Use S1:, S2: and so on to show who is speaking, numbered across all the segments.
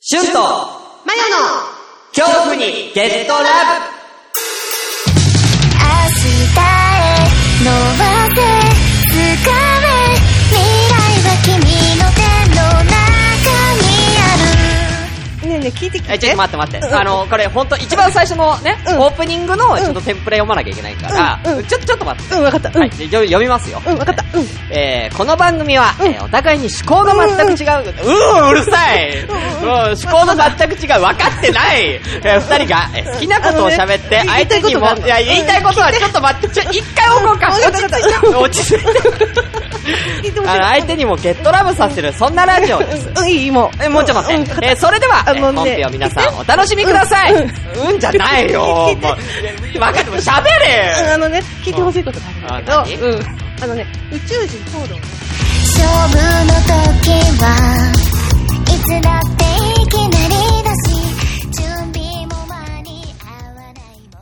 S1: シュンと
S2: マヨの
S1: 恐怖にゲットラブ
S3: 明日へ伸ばせ掴め未来は君の手の中にある
S2: ねえねえ聞いて聞いて
S1: えちょっと待って待って、
S2: うん
S1: あのこれ本当一番最初のね、
S2: うん
S1: オープニングのちょっとテンプレ読まなきゃいけないから、
S2: うんうん
S1: ちょちょっと待って、
S2: うんわかったうん、
S1: はい、じゃ読読みますよ、
S2: うんわかったうん
S1: えーこの番組は、
S2: うん
S1: えーお互いに思考の全く違う、うん、うるさい、うん、思考の全く違う、分かってない、えー二人が、えー好きなことを喋って、
S2: あのね
S1: 相手にも
S2: 言いたいことがある
S1: いや、言いたいことはちょっと待って、ちょ一回置こうか、
S2: うん
S1: 落ち着いて、落ち着
S2: 聞い
S1: い
S2: て
S1: て、
S2: ほしい
S1: あの相手にもゲットラブさせる、そんなラジオです。
S2: うんいいいいもう
S1: えもうちょっと待
S2: うん
S1: って、えーそれでは、えー
S2: あのね
S1: 本編を皆さんお楽しみください、 うんじゃない よもう分かっても喋れ
S2: うんあのね聞いてほしいことがあるんだけど
S1: あ
S2: うんあのね宇宙人騒動
S3: 勝負の時はいつだっていきなりだし準備も間に合わないも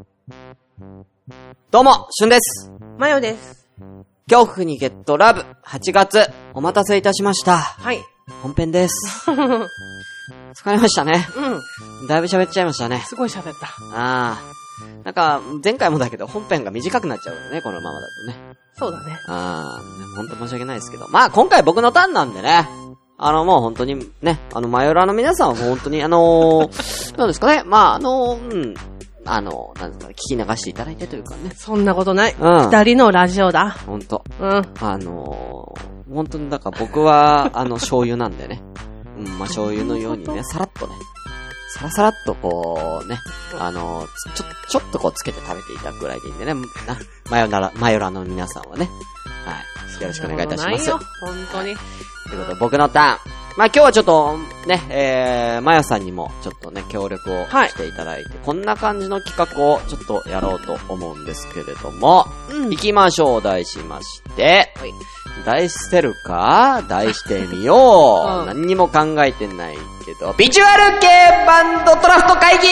S3: んさ
S1: どうも、しゅんです。
S2: マヨです
S1: 恐怖にゲットラブ、8月、お待たせいたしました。
S2: はい
S1: 本編です。
S2: うん
S1: 疲れましたね。だいぶ喋っちゃいましたね。
S2: すごい喋った
S1: ああ。なんか、前回もだけど、本編が短くなっちゃうよね、このままだとね。
S2: そうだね
S1: ああ、ほんと申し訳ないですけど。まあ、今回僕のターンなんでね。あの、もう本当にね、あの、マヨラーの皆さんはもう本当に、あのー、なんですかね、まあ、あのー、うん、あのー、なんですかね、聞き流していただいてというかね。
S2: そんなことない
S1: うん。
S2: 二人のラジオだ
S1: ほんと。
S2: うん
S1: あのー、本当にだから僕 は、あの、醤油なんでね。うん、まあ、醤油のように
S2: どういう
S1: ね、
S2: こ
S1: さらっとね、さらさらっとこうね、あのー、ちょ、ちょっとこうつけて食べていただくぐらいでいいんでね、な、マヨララ、マヨラの皆さんはね、はい、よろしくお願いいたします。
S2: そんなことないよ本当に
S1: ということで、僕のターン。まあ、今日はちょっと、ね、えー、まよさんにも、ちょっとね、協力を
S2: はい
S1: していただいて、こんな感じの企画を、ちょっとやろうと思うんですけれども、
S2: うん
S1: 行きましょう、題しまして
S2: はい、
S1: 題してるか題してみよ
S2: うん
S1: う。何にも考えてないけど、ビジュアル系バンドトラフト会議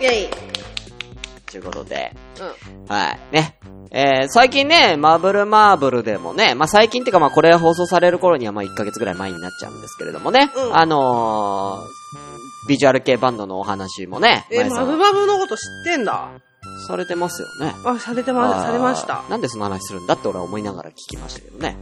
S2: イェイ
S1: ということで、
S2: う
S1: はい。ね。えー、最近ね、マブルマーブルでもね、まあ、最近っていうかまあ、これ放送される頃にはまあ、1ヶ月ぐらい前になっちゃうんですけれどもね、
S2: うん
S1: あのー、ビジュアル系バンドのお話もね、
S2: んえ
S1: 前さ
S2: マ
S1: ん
S2: ブマブのこと知ってんだ
S1: されてますよね。
S2: あされてま
S1: あー
S2: されました
S1: なんでその話するんだって俺は思いながら聞きましたけどね。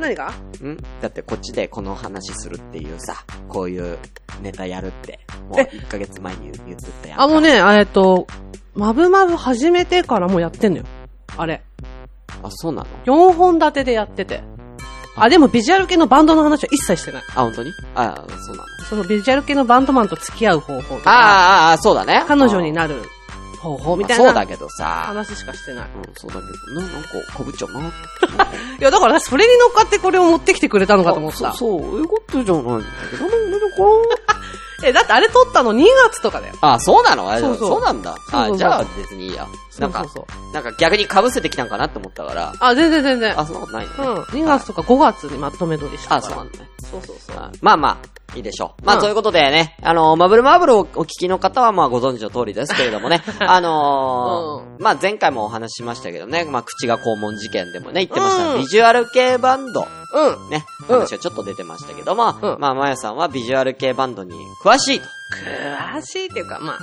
S2: 何が
S1: んだってこっちでこの話するっていうさ、こういうネタやるって、もう
S2: え
S1: 1ヶ月前に言ってたやん。
S2: あ、もうね、えっと、まぶまぶ始めてからもうやってんのよ。あれ。
S1: あ、そうなの
S2: 4本立てでやってて。あ、でもビジュアル系のバンドの話は一切してない。
S1: あ、本当にあ、そうなの
S2: そのビジュアル系のバンドマンと付き合う方法と
S1: あーあ
S2: か、
S1: ー、あーそうだね。
S2: 彼女に
S1: な
S2: なる方法みたい
S1: そうだ
S2: な
S1: けどさ。
S2: 話しかしてない。
S1: うん、そうだけど、な、なんか、かぶっちゃうな。
S2: いや、だからそれに乗っかってこれを持ってきてくれたのかと思っ
S1: あ
S2: た。
S1: そう、そういうことじゃないんだけど、なんでか
S2: え、だってあれ撮ったの2月とかだよ。
S1: あ、そうなのあれ
S2: そうそう
S1: そうなんだ。
S2: そうそう
S1: あ
S2: そ、う
S1: じゃあ別にいいや。なんか
S2: そう、そうそう。
S1: なんか逆に被せてきたんかなって思ったから、
S2: あ、全然全然。
S1: あ、そんなことない
S2: うん
S1: のね。。
S2: 2月とか5月にまとめ撮りした
S1: あ、
S2: か
S1: そう
S2: ら。
S1: なんだね。
S2: そうそうそう。
S1: あまあまあ、いいでしょう。ま
S2: う
S1: あ、
S2: ん
S1: ということでね、あの、マブルマーブルをお聞きの方は、まあ、ご存知の通りですけれども ね、あのーまあ、前回もお話ししましたけどね、まあ、口が肛門事件でもね、言ってました、
S2: うん
S1: ビジュアル系バンド、
S2: うん。
S1: ね、
S2: うん
S1: 話はちょっと出てましたけども、
S2: うん
S1: まあ、まやさんはビジュアル系バンドに詳しいと。
S2: 詳しいっていうか、まあ、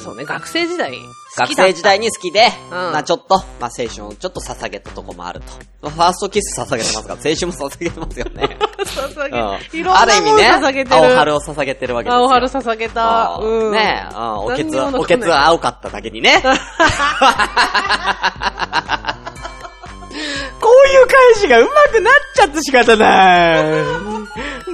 S2: そうね、学生時代。
S1: 学生時代
S2: に。
S1: に好きで、
S2: ん
S1: まあちょっと、まあ青春をちょっと捧げたとこもあると。ファーストキス捧げてますから、青春も捧げてますよね。
S2: 捧
S1: うん
S2: げ、 いろんなもん捧げてる。
S1: 青春を捧げてるわけですよ。
S2: 青春捧げた。うん。
S1: ねえ、うんおけ
S2: 残
S1: つ、
S2: 業の
S1: おけつ青かっただけに ね。こういう返しが上手くなっちゃって仕方ない。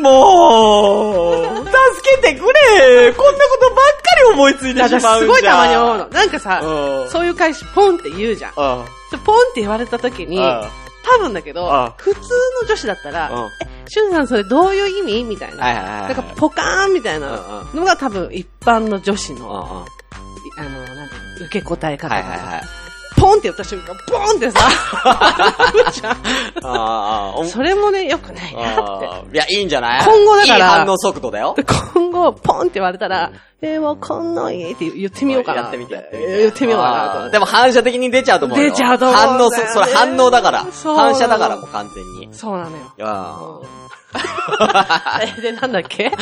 S1: もう、助けてくれこんなことばっかり思いつい
S2: いや私すごいたまに思うの。なんかさ、
S1: うん
S2: そういう返し、ポンって言うじゃん。
S1: うん。
S2: でポンって言われた時に、
S1: うん
S2: 多分だけ
S1: う
S2: ど
S1: ん、
S2: 普通の女子だった
S1: う
S2: ら
S1: ん、
S2: え、しゅんさんそれどういう意味みたい
S1: はい
S2: な。
S1: はいはいは。
S2: ないんかポカーンみたい
S1: うん
S2: なのが多分一般の女子
S1: うん
S2: の、
S1: うん
S2: あの、なんていうの受け答え方
S1: はい
S2: だ
S1: はい
S2: から。
S1: はい。
S2: ポンって言った瞬間、ポ ンってさ、
S1: あーあー、お
S2: それもね、良くないなって。
S1: あーいや、いいんじゃない
S2: 今後だから
S1: いい反応速度だよ。
S2: 今語をポンって言われたら、えー、わかんないって言ってみようかな。
S1: やってみて、やってみて。
S2: 言ってみようかなと思
S1: あ
S2: っ
S1: ー
S2: て。
S1: でも反射的に出ちゃうと思うよ。
S2: 出ちゃうと思うんだよ
S1: 反
S2: ね
S1: 応す、それ反応だから。
S2: そう
S1: 反射だから、もう完全に。い
S2: そうなのよ。
S1: やー
S2: え、で、なんだっけ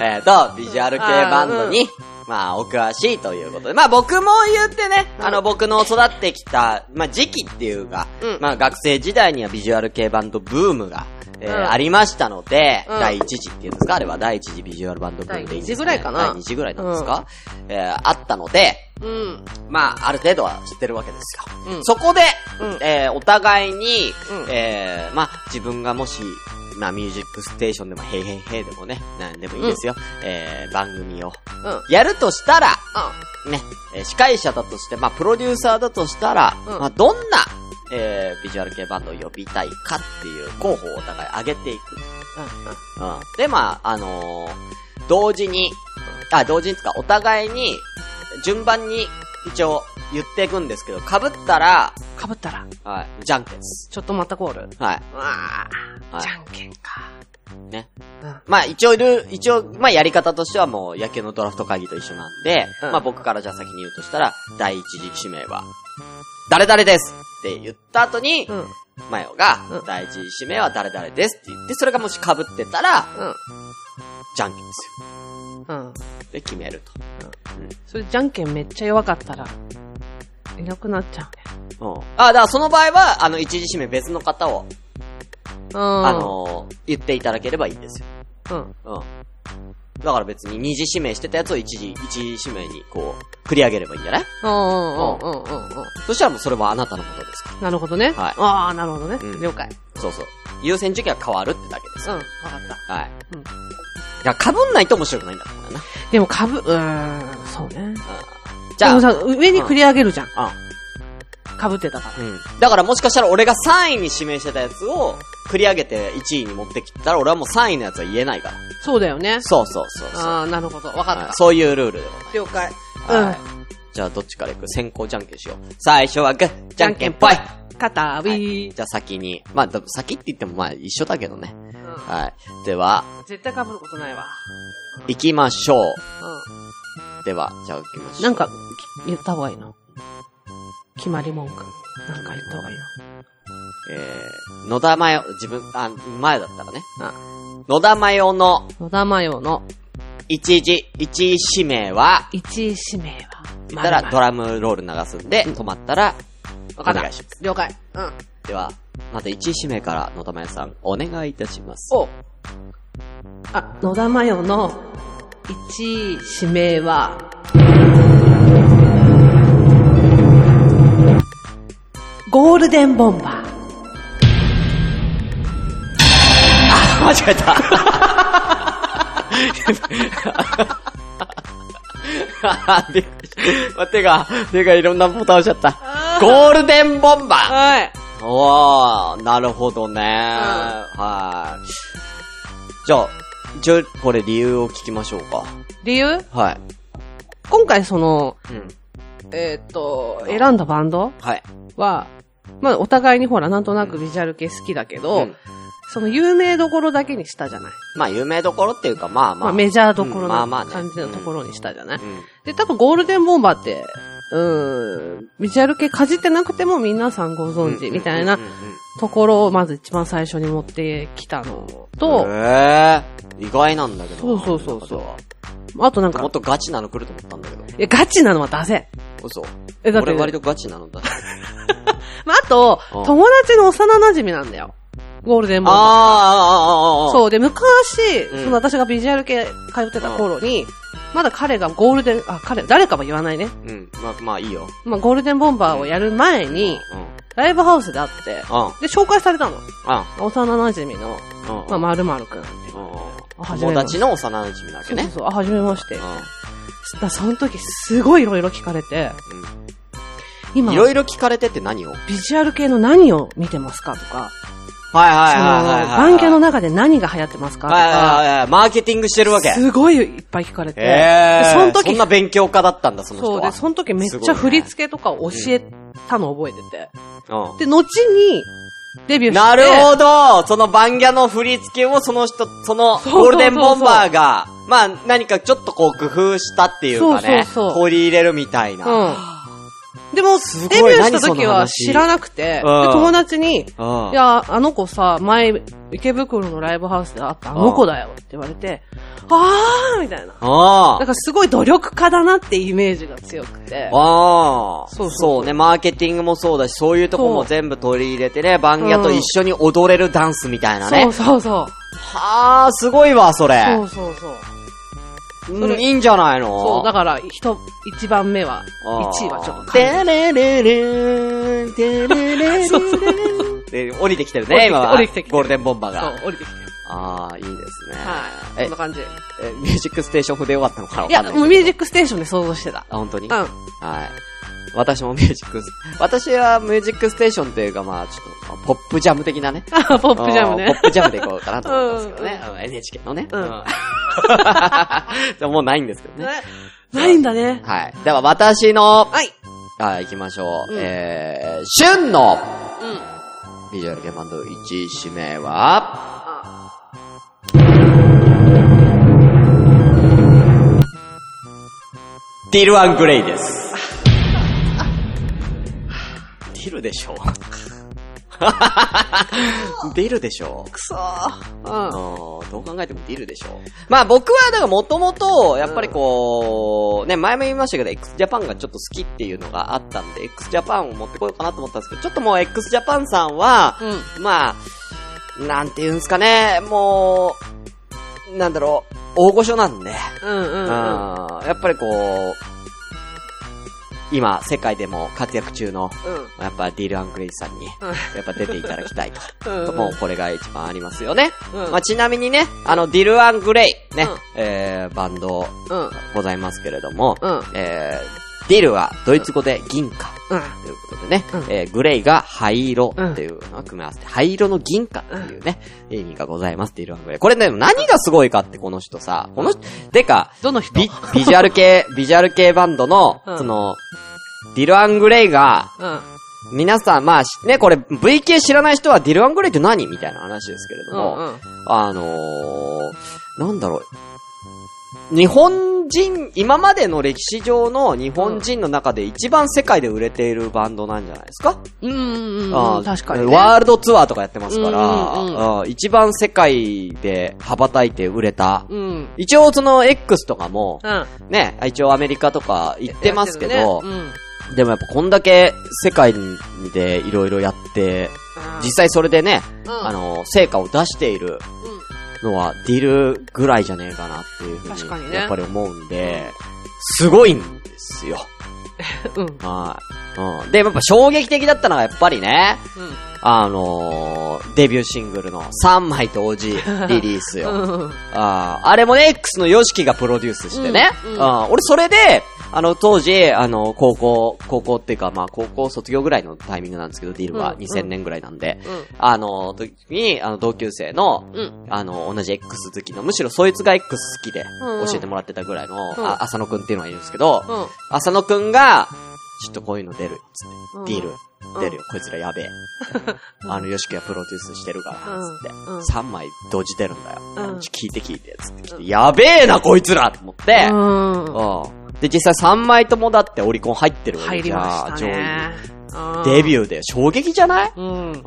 S1: えっ、と、ビジュアル系バンドに、まあ、お詳しいということで。まあ、僕も言ってね、あの、僕の育ってきた、まあ、時期っていうか、
S2: うん
S1: まあ、学生時代にはビジュアル系バンドブームが、えー
S2: うん
S1: ありましたので、
S2: うん
S1: 第一次っていうんですかあれは第一次ビジュアルバンドブームでいいんですね
S2: 第二次ぐらいかな
S1: 第二次ぐらいなんですか、えーあったので、
S2: うん。
S1: まあ、ある程度は知ってるわけですよ。
S2: うん
S1: そこで、
S2: うん
S1: えーお互いに、
S2: うん
S1: えーまあ、自分がもし、まあ、ミュージックステーションでも、へいへいへいでもね、なんでもいいですよ。えー番組を。
S2: うん。うん。
S1: やるとしたら、ね、えー司会者だとして、まあ、プロデューサーだとしたら、
S2: うん
S1: まあ、どんな、えービジュアル系バンドを呼びたいかっていう候補をお互い上げていく。うん。で、まあ、あのー同時に、あ、同時につか、お互いに、順番に、一応、言っていくんですけど、被ったら、
S2: かぶったら、
S1: はい、じゃんけんです。
S2: ちょっとまたコール。
S1: はい。
S2: うわー、
S1: はい
S2: じゃんけんか。
S1: ね。
S2: うん。
S1: まあ、一応ルー、一応、まあ、やり方としてはもう、野球のドラフト会議と一緒なんで、
S2: うん
S1: まあ、僕からじゃあ先に言うとしたら、第一次指名は、誰々ですって言った後に、
S2: うん。
S1: マヨが、
S2: うん
S1: 第一次指名は誰々ですって言って、それがもし被ってたら、じゃんけんですよ。
S2: うん。うん。
S1: で、決めると。
S2: それじゃんけんめっちゃ弱かったら、いなくなっちゃうね。
S1: うん。あ、だからその場合は、あの、一次指名別の方を、
S2: うん。
S1: あ、のー言っていただければいいんですよ。
S2: うん。
S1: うん。だから別に二次指名してたやつを一次、一次指名にこう、繰り上げればいいんじゃない
S2: うんうんうんうんうんうん。
S1: そしたらもうそれはあなたのことですか
S2: なるほどね。
S1: はい
S2: ああ、なるほどね。
S1: うん
S2: 了解。
S1: ら。そうそう。優先順位が変わるってだけです
S2: うん、
S1: よ。
S2: わかった。
S1: はい。
S2: うん
S1: いや、被んないと面白くないんだからな。
S2: でも株、うーん、そうね。
S1: じゃ
S2: で
S1: あ
S2: も、さ、上に繰り上げるじゃん。
S1: あ、
S2: かぶってたから。
S1: うん。だからもしかしたら俺が3位に指名してたやつを、繰り上げて1位に持ってきたら俺はもう3位のやつは言えないから。
S2: そうだよね。
S1: そうそうそうそう。
S2: ああ、なるほど。わかっ
S1: はい
S2: た。
S1: そういうルールでもない。
S2: 了解。うん
S1: はい。じゃあどっちから行く先行じゃんけんしよう。最初はグー、じゃんけんぽい。は。
S2: 肩、ウ
S1: い
S2: ィー。
S1: じゃあ先に。まあ、でも先って言ってもまあ一緒だけどね。
S2: うん
S1: はい。では、
S2: 絶対かぶることないわ。
S1: 行きましょう。
S2: う
S1: では、じゃあ行きましょう。
S2: ん。なんか、き言った方がいいの。決まり文句。なんか言った方がいい
S1: えー、野田マヨ、自分、あ、前だったらね。
S2: の。あ、
S1: 野田マヨの
S2: 野田真世の
S1: 一時、一位指名は、
S2: 一位指名は。
S1: 言ったらド
S2: ラ
S1: ラムロール流すんで、止まったら、お
S2: わかった
S1: 願いします。
S2: 了解。うん。
S1: では、まず一位指名から野田真也さん、お願いいたします。
S2: おあ、野田真世の一位指名は、ゴールデンボンバー。
S1: 間違え たあびっくりしたま手が、手がいろんなボタン押しちゃった。ゴールデンボンバー
S2: はい。
S1: おー、なるほどね、はい。じゃあ、じゃあ、これ理由を聞きましょうか。
S2: 理由
S1: はい。
S2: 今回その、
S1: うん。
S2: えーっと、選んだバンド
S1: はい。
S2: は、まあお互いにほら、なんとなくビジュアル系好きだけど、
S1: うん
S2: その有名どころだけにしたじゃない。
S1: まあ、有名どころっていうか、まあまあ。
S2: まあメジャーどころ
S1: まあ
S2: の
S1: まあね
S2: 感じのところにしたじゃない。
S1: うん。
S2: で、多分ゴールデンボンバーって、うーん、ビジュアル系かじってなくても皆さんご存知みたい
S1: う
S2: な
S1: んうんうんうん
S2: ところをまず一番最初に持ってきたのと、
S1: へえ意外なんだけど。
S2: そうそうそうそう
S1: なんか
S2: あとなん
S1: ではも
S2: か
S1: っ、とガチなの来ると思ったんだけど。
S2: え、ガチなのは出せ。
S1: 嘘。
S2: え、だって
S1: 俺、割とガチなの だ。
S2: まあ、あと
S1: うん、
S2: 友達の幼馴染なんだよ。ゴールデンボンバー。
S1: あーあー、あーあー、あー
S2: そう、で、昔、
S1: うん
S2: その私がビジュアル系通ってた頃に、まだ彼がゴールデン、あ、彼、誰かは言わないね。
S1: う。うん。まあ、まあいいよ。
S2: まあ、ゴールデンボンバーをやる前に、
S1: うん。うん。
S2: ライブハウスで会って、で、紹介されたの。幼馴染の、
S1: うん。うん。
S2: まあ、まるまるくんって。
S1: うん
S2: 初
S1: 友
S2: めまし
S1: 達
S2: て
S1: の幼馴染なわけ
S2: そうそう
S1: ね。
S2: そう、あ、はじめまして。だ
S1: う
S2: からその時、すごいいろいろ聞かれて、
S1: ん。
S2: 今
S1: い、ろいろ聞かれてって何をはい
S2: ビジュアル系の何を見てますかとか、
S1: は
S2: その、バンキャの中で何が流行ってますかと
S1: はいはい
S2: か、
S1: はいはい。マーケティングしてるわけ。
S2: すごいいっぱい聞かれて、
S1: え
S2: で
S1: ー
S2: その時
S1: そんな勉強家だったんだ、その人
S2: そう
S1: は。
S2: で、その時めっちゃ振り付けとかを教えたのを覚えてて。
S1: うん。
S2: で、後に、デビューして。
S1: なるほどそのバンギャの振り付けをその人、その
S2: そうそうそう
S1: ゴールデンボンバーが、まあ何かちょっとこう工夫したっていうかね、
S2: そうそうそう
S1: 取り入れるみたいな。うん。
S2: うん。でも、
S1: すご
S2: デ
S1: い
S2: ビューした
S1: 何その
S2: 時は
S1: 話
S2: 知らなくて、で
S1: うん
S2: 友達に、い
S1: あ
S2: や、あの子さ、前、池袋のライブハウスで会ったあの子だよって言われて、あーみたいな。
S1: あ
S2: なん。かすごい努力家だなってイメージが強くて。
S1: ああ。
S2: そうそう
S1: そうね、マーケティングもそうだし、そういうとこも
S2: そう
S1: 全部取り入れてね、バンギャと一緒に踊れるダンスみたいなね。
S2: そうそうそう。
S1: はあ、すごいわ、それ。
S2: そうそうそう。
S1: う
S2: そ
S1: ん、
S2: れ
S1: いいんじゃないの
S2: そう、だから、人、一番目は、一位はちょっと。
S1: てれれれん、てれれれ
S2: そ
S1: ん。で、降りてきてる
S2: 降りてき
S1: ね、
S2: て
S1: 今は。
S2: 降りてきて
S1: ゴールデンボンバー
S2: そう
S1: が。、
S2: 降りてきて。
S1: ああ、いいですね。
S2: はい。
S1: え
S2: こんな感じ。い
S1: えミュージックステーション風で終わったのかな
S2: や、
S1: わかんな
S2: もう
S1: い
S2: ミ
S1: けど
S2: ュージックステーションで想像してた。
S1: あ、本当に
S2: う
S1: はい。
S2: ん。
S1: 私もミュージックス、私はミュージックステーションっていうか、まあちょっと、ポップジャム的なね。
S2: あ、ポップジャム
S1: あー
S2: ね
S1: ポ。ップジャムでいこうかなと思ったんですけどね。あの NHK のね。
S2: うん
S1: でももうないんですけどね。
S2: ね ないんだね。
S1: はい。では私の、
S2: はい。
S1: あ、行きましょう。
S2: うん
S1: えー、旬の
S2: うん。
S1: ビジュアル系バンド1位指名は、
S2: あ
S1: ディル・アン・グレイ です。ディルで しょディルでしょ
S2: くそー。うん。
S1: うんどう考えてもディルでしょ。まあ僕は、だからもともと、やっぱりこう、ね、前も言いましたけど、x ジャパンがちょっと好きっていうのがあったんで、x ジャパンを持ってこようかなと思ったんですけど、ちょっともう x ジャパンさんは、
S2: うん。
S1: まあ、なんて言うんですかね、もう、なんだろう、大御所なんで、
S2: うんうん
S1: う、
S2: うんん。
S1: やっぱりこう、今、世界でも活躍中の、
S2: うん。
S1: やっぱディール・アンクレイジさんに、やっぱ出ていただきたいと。
S2: うんうん
S1: もうこれが一番ありますよね。
S2: うん
S1: まあ、ちなみにね、あの、ディル・アン・グレイ、ね、
S2: うん
S1: えー、バンド
S2: うん。
S1: ございますけれども、
S2: うん。
S1: えー、ディルはドイツ語で銀貨
S2: うん。
S1: ということでね、
S2: うん
S1: えーグレイが灰色っていうのを組み合わせて、灰色の銀貨っていうね、意味がございますっていうのがグレイ。これね、何がすごいかってこの人さ、この人、てか、
S2: どの人
S1: ビ、ビジュアル系、ビジュアル系バンドの、
S2: うん
S1: その、ディル・アン・グレイが、
S2: うん。
S1: 皆さん、まあ、しね、これ、VK 知らない人は、ディル・アン・グレイって何みたいな話ですけれど
S2: う
S1: も、
S2: んうん。
S1: あのー、なんだろう。日本人、今までの歴史上の日本人の中で一番世界で売れているバンドなんじゃないですか、
S2: うんうん
S1: あー
S2: うん。確かにね。
S1: ワールドツアーとかやってますから、
S2: うんうんうん
S1: あー一番世界で羽ばたいて売れた。
S2: うん。
S1: 一応その X とかも、
S2: うん。
S1: ね、一応アメリカとか行ってますけ
S2: やっ
S1: ど、
S2: てるねうん。
S1: でもやっぱこんだけ世界でいろいろやって、実際それでね、
S2: うん
S1: あの、成果を出している
S2: うん
S1: のはディルぐらいじゃねえかなっていうふ
S2: 確
S1: う
S2: か
S1: に、
S2: にね
S1: やっぱり思うんで、すごいんですよ。
S2: うん。
S1: はい。うん。で、やっぱ衝撃的だったのがやっぱりね、
S2: うん。
S1: あのー、デビューシングルの3枚同 時リリースよ。
S2: うん。
S1: あーあれもね、X の YOSHIKI がプロデュースしてね。
S2: うんうん
S1: あー俺それで、あの、当時、あの、高校、高校っていうか、まあ、高校卒業ぐらいのタイミングなんですけど、ディルは
S2: うん
S1: 2000年ぐらいなんで。
S2: うん
S1: あの、時に、あの、同級生の、
S2: うん。
S1: あの、同じ X 好きの、むしろそいつが X 好きで
S2: うんうん
S1: 教えてもらってたぐらいの、
S2: うん
S1: あ、浅野くんっていうのがいるんですけど、
S2: うん。
S1: 浅野くんが、ちょっとこういうの出るっつって、
S2: うん
S1: ディール、出るよ、こいつら やべえ。あの、ヨシキがプロデュースしてるから、つって、
S2: うんうん
S1: 3枚同時出るんだよ。
S2: うん
S1: 聞いて聞いて、つって聞いて、やべえな、こいつらと思って、うん
S2: うん。
S1: で、実際3枚ともだってオリコン入ってるわけ
S2: 入
S1: じ
S2: り
S1: ゃ
S2: ま
S1: ん
S2: したね。
S1: 上位に。デビ
S2: ュ
S1: ューで衝撃じゃない、
S2: ー。うん。
S1: うん、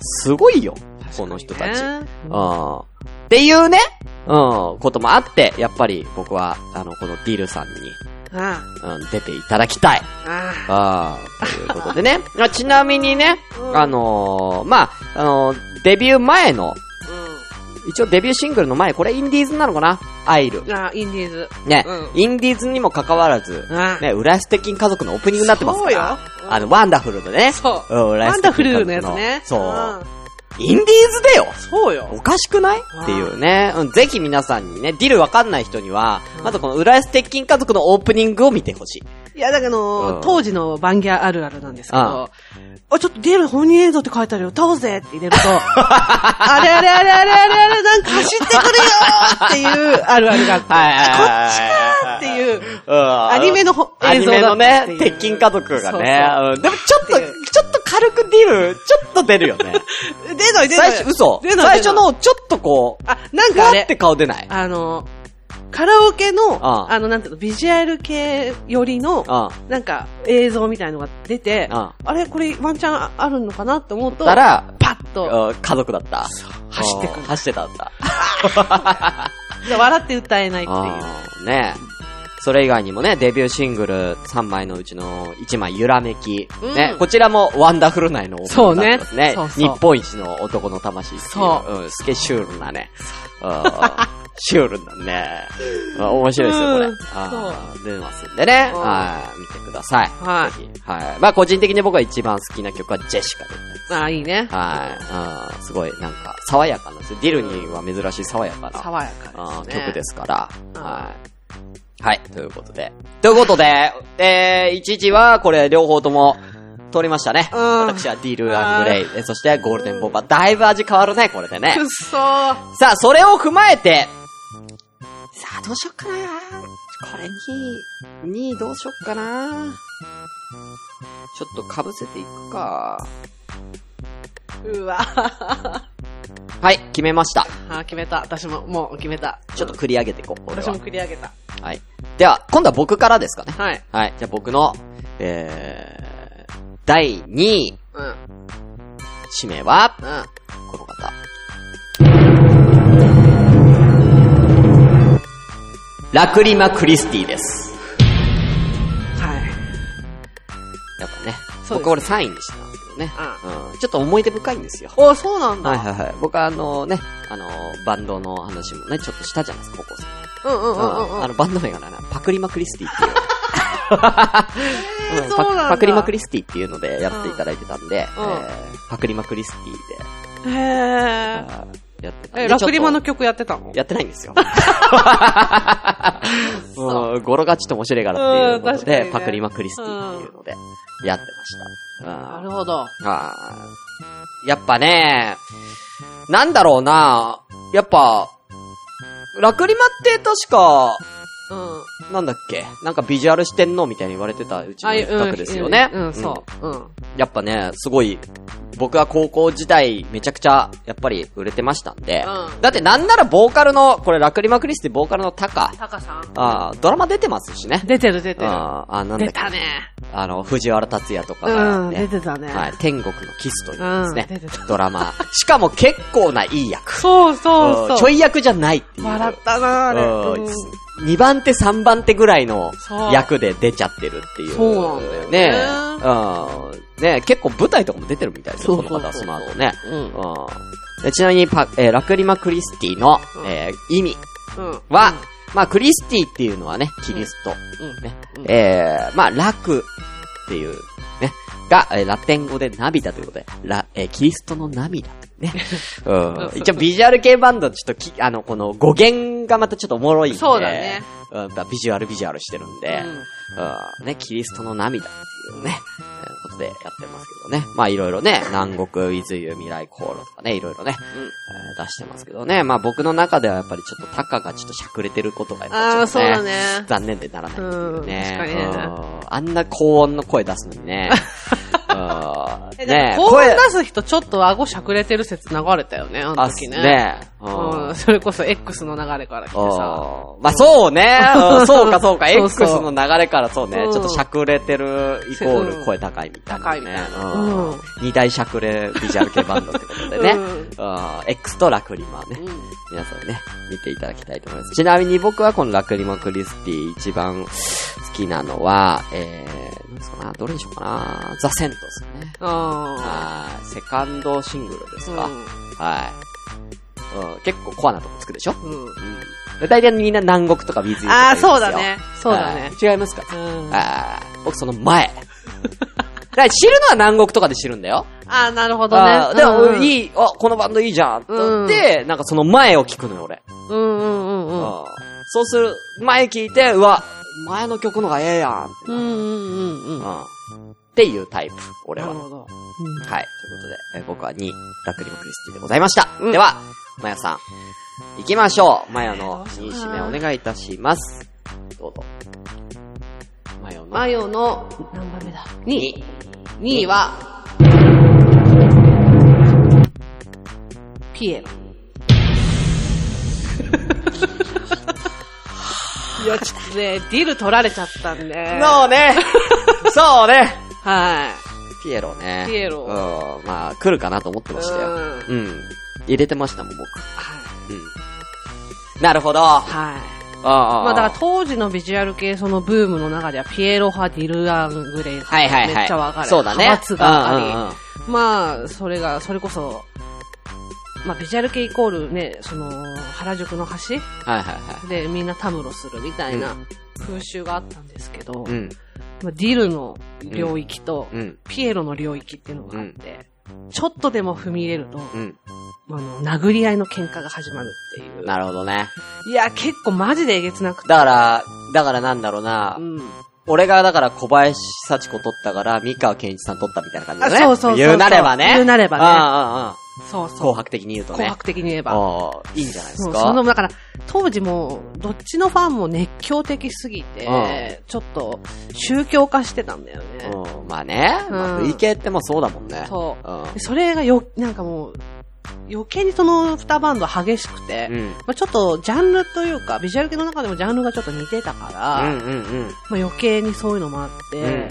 S1: すごいよ、この人たち。
S2: ね
S1: うんっていうね、うん、こともあって、やっぱり僕は、あの、このディルさんに、
S2: あ
S1: うん、出ていただきたい。
S2: あ。
S1: ああ、ということで ね。まあちなみにね、
S2: うん
S1: あのー、まあ、あのーデビュー前の、
S2: う
S1: 一応デビューシングルの前、これインディーズなのかなアイル。
S2: ん。ああ、インディーズ。
S1: ね、
S2: う
S1: インディーズにも関わらず、
S2: あ
S1: ね、浦安鉄筋家族のオープニングになってますから。
S2: そうよ
S1: あの、ワンダフルのね。
S2: そう。
S1: うん浦
S2: ワ
S1: 安
S2: ンダ
S1: 鉄
S2: フ
S1: 筋家
S2: ル
S1: 族
S2: のやつね。
S1: そう。
S2: ん。
S1: インディーズだよ
S2: そうよ
S1: お。かしくないっていうね。うん、ぜひ皆さんにね、ディルわかんない人には、まずこの浦安鉄筋家族のオープニングを見てほしい。
S2: いや、だけ
S1: うん
S2: ど、当時のバンギャあるあるなんですけ
S1: あ
S2: ど、あ、ちょっと出る本人映像って書いてあるよ、倒ぜって入 れると、あれあれあれあれあれあれ、なんか走ってくれよーっていうあるあるがあって、
S1: はいはい
S2: あこっちかーっていう、
S1: ア
S2: アニメのほ
S1: ア
S2: 映
S1: ニ
S2: 像
S1: メ
S2: だ
S1: の
S2: った
S1: ね
S2: っていう。、
S1: 鉄筋家族が
S2: そう
S1: ね、うんでもちょっと、
S2: っていう
S1: ちょっと軽軽くディル、ちょっと出るよね。
S2: 出ない出ない。
S1: 最初、嘘。
S2: 出な
S1: 最
S2: い
S1: 初、の、ちょっとこう、
S2: あ、なん
S1: ふ
S2: か
S1: わ
S2: あれ
S1: って、顔出ない。
S2: あの、カラオケの、
S1: あ
S2: あの、なんていうの、ビジュアル系よりの、
S1: うん。
S2: なんか映像みたいのが出て、
S1: あ
S2: あれこれワンチャンあるのかなって思うと、
S1: だから、
S2: パッと、
S1: うん家族だった。
S2: 走ってくる
S1: うん走ってたんだ。
S2: 笑って歌えないっていう。
S1: あーねそれ以外にもね、デビューシングル3枚のうちの1枚、ゆらめき。
S2: うん
S1: ね、こちらもワンダフル内の
S2: そ
S1: 男
S2: うね
S1: だったんですね。
S2: そうそう
S1: 日本一の男の魂っていう。
S2: そ
S1: うん、スケシュールなね。うんシュールなね。あ面白いですよ、これ。
S2: うん
S1: あー出ますんでね。
S2: うん
S1: はい、見てください。
S2: はい
S1: ぜひ。はい。まあ個人的に僕が一番好きな曲はジェシカで。
S2: ああ、いいね。
S1: はい。うん、すごい、なんか、爽やかなんですよ。ディルニーは珍しい爽やかな。
S2: 爽やか
S1: あ
S2: ですね。
S1: 曲ですから。
S2: うん
S1: はい。はい、ということで。ということで、えー、11は、これ、両方とも、通りましたね。
S2: うん
S1: 私はディルグレイえ、そしてゴールデンボンバー。だいぶ味変わるね、これでね
S2: く。っそー。
S1: さあ、それを踏まえて、さあ、どうしよっかなこれ2位、2位どうしよっかなちょっと被せていくか。
S2: うわ
S1: はい、決めました。
S2: あー決めた。私も、もう決めた。
S1: ちょっと繰り上げていこう、俺
S2: 私
S1: は
S2: も。繰り上げた。
S1: はい。では、今度は僕からですかね。
S2: はい。
S1: はい。じゃあ僕の、えー、第2位、
S2: うん。うん。
S1: 指名は、この方。ラクリマ・クリスティです。
S2: はい。
S1: やっぱね。
S2: そうです
S1: 僕これ3位にしたんですけどね。うん。ちょっと思い出深いんですよ。
S2: お、そうなんだ。
S1: はいはいはい。僕はあのね、あの、バンドの話もね、ちょっとしたじゃないですか、高校生。
S2: うんうんうんうんうん。
S1: あの、バンド名がな、パクリマ・クリスティっていう。
S2: え
S1: う
S2: ー
S1: ん
S2: そ
S1: パ
S2: うなんだ。
S1: パクリマクリ
S2: ス。
S1: スティっていうのでやっていただいてたんで、
S2: うん
S1: えーパクリマクリスティで
S2: へえ。
S1: あーやってたんで
S2: え、ラクリマの
S1: ちょっ
S2: 曲やってた
S1: と
S2: の
S1: やってないんです よ。もう、語呂がちょっと面白いからっていうこと
S2: うん確か
S1: で、
S2: にね
S1: パクリマクリスティっていうので、やってました。
S2: な
S1: あ
S2: るほど。
S1: あーやっぱね、なんだろうな、やっぱ、ラクリマって確か、
S2: うん。
S1: なんだっけなんかビジュアルしてんのみたいに言われてたうちの一角ですよね。
S2: うん、そう。うん。
S1: やっぱね、すごい、僕は高校時代、めちゃくちゃ、やっぱり売れてましたんで。
S2: うん
S1: だってなんならボーカルの、これラクリマクリスティボーカルのタカ。
S2: タカさん
S1: あードラマ出てますしね。
S2: 出てる出てる。
S1: あーあー、なんだっ
S2: 出
S1: け
S2: たね。
S1: あの、藤原達也とか
S2: う
S1: が
S2: ん、
S1: ね、
S2: 出てたね。
S1: はい、天国のキスというですね、
S2: うん出てた
S1: ドラマ。 しかも結構ないい役。
S2: そうそう
S1: うん
S2: そう。
S1: ちょい役じゃないっていう。
S2: 笑ったなあれ。うん
S1: 2番手3番手ぐらいの
S2: そう
S1: 役で出ちゃってるっていう。
S2: そうなんだよね
S1: えうんねえ結構舞台とかも出てるみたいですよ、
S2: そ
S1: こ
S2: う
S1: の
S2: そうそう
S1: 方はその後ね。
S2: う
S1: う
S2: ん
S1: んでちなみにパ、えーラクリマ・クリスティの、
S2: うん
S1: えー意味
S2: うん。
S1: は、まあ、クリスティっていうのはね、キリスト。
S2: うん
S1: ね
S2: うん
S1: えーまあ、楽っていう、ね、が、えーラテン語で涙ということで、ラ、えーキリストの涙。 ね。うん。一応、ビジュアル系バンド、ちょっとき、あの、この語源がまたちょっとおもろいんで。
S2: そうだね
S1: うん。やっぱビジュアルビジュアルしてるんで、うん。ね、キリストの涙っていうね、えーことでやってますけどね。まあ、いろいろね、南国、伊豆湯、未来航路とかね、いろいろね、えー出してますけどね。まあ、僕の中ではやっぱりちょっとタカがちょっとしゃくれてることがやっぱち
S2: あ
S1: ょ
S2: あ、
S1: っと
S2: そうだね。
S1: 残念でならないっていうね。
S2: うん確かに
S1: うんあんな高音の声出すのに ね。うんね
S2: 高音出す人ちょっと顎しゃくれてる説流れたよね、あの時
S1: あ
S2: ね。
S1: ねうん
S2: うん、それこそ X の流れから来てさ。
S1: うんまあそうね。うんそうかそうか。
S2: そうそう
S1: X の流れからそうね。
S2: うん
S1: ちょっとしゃくれてるイコール声高いみたいな、ね。
S2: 高いみたいな
S1: うん
S2: うん
S1: 二大しゃくれビジュアル系バンドってこと でね。
S2: う
S1: うんん X とラクリマね。
S2: うん
S1: 皆さんね、見ていただきたいと思います。ちなみに僕はこのラクリマクリスティ一番好きなのは、えー、なんですかな、どれにしようかな、ザ・セントですかね。
S2: あ
S1: はい。セカンドシングルで
S2: ー
S1: すか。はい、うん。結構コアなとこつくでしょ
S2: うん。うん。
S1: うん。大体みんな南国とか水とか言ん
S2: ああ、
S1: ですよ
S2: そうだね。そうだね。
S1: はい違いますか
S2: うん。
S1: あ
S2: あ
S1: ー僕その前。 だから知るのは南国とかで知るんだよ。
S2: あー、なるほど
S1: あー
S2: ね。
S1: でも、
S2: うん
S1: いい、あ、このバンドいいじゃん。って思って、なんかその前を聞くのよ、俺。
S2: うんうんうんうん。
S1: あーそうする、前聞いて、うわ、前の曲のがええやんって
S2: うん
S1: なる。
S2: うんうんうん。
S1: うんっていうタイプ、俺
S2: な
S1: は。は
S2: る
S1: い。という
S2: ほど。
S1: ことで、えー僕は2位、ラクリムクリスティでございました。では、マヤさん、行きましょう。マヤの2位指名お願いいたします。どうぞ。マヤの
S2: マヨの何番目だ ?2
S1: 位。
S2: 位は、ピエロ。 いや、ちょっとね、ディル取られちゃったんで。
S1: そうね。そうね。
S2: は
S1: ピエロね。
S2: ピエロ
S1: うん。まあ、来るかなと思ってましたよ。
S2: い。
S1: うん。入れてましたもん、僕。うん。なるほど。あ
S2: はい。
S1: あ。
S2: まあだから当時のビジュアル系そのブームの中ではピエロ派、ディルアングレイ派
S1: はいはいはい。
S2: めっちゃ分かれ
S1: そうだね。
S2: 派閥があり、
S1: うんうんうん
S2: まあそれが、それこそ、まあビジュアル系イコールね、その原宿の橋
S1: はいはいは
S2: でみんなたむろするみたいな
S1: う
S2: 風習があったんですけど、
S1: い。うん。
S2: まあ、ディルの領域と
S1: うん。
S2: ピエロの領域っていうのがあって、ちょっとでも踏み入れると、
S1: うん。
S2: あの、殴り合いの喧嘩が始まるっていう。
S1: なるほどね。
S2: いや、結構マジでえげつなくて。
S1: だから、だからなんだろうな
S2: う。ん。
S1: 俺がだから小林幸子取ったから、三河健一さん取ったみたいな感じだね。
S2: あそうそうそうそう
S1: 言うなればね。
S2: 言うなればね
S1: ああああ
S2: そうそう。
S1: 紅白的に言うと
S2: 紅
S1: ね。
S2: 白的に言えば。
S1: ああ、いいんじゃないです
S2: そう
S1: か。
S2: その、だから、当時も、どっちのファンも熱狂的すぎて、ちょっと、宗教化してたんだよね。
S1: うん、まあね。まあ、
S2: うん
S1: V 系ってもうそうだもんね。。
S2: そうでそれがよ、なんかもう、余計にその2バンド激しくて、
S1: うん。うん。
S2: まあ、ちょっとジャンルというか、ビジュアル系の中でもジャンルがちょっと似てたから、
S1: うんうんうん。
S2: まあ、余計にそういうのもあって、
S1: うん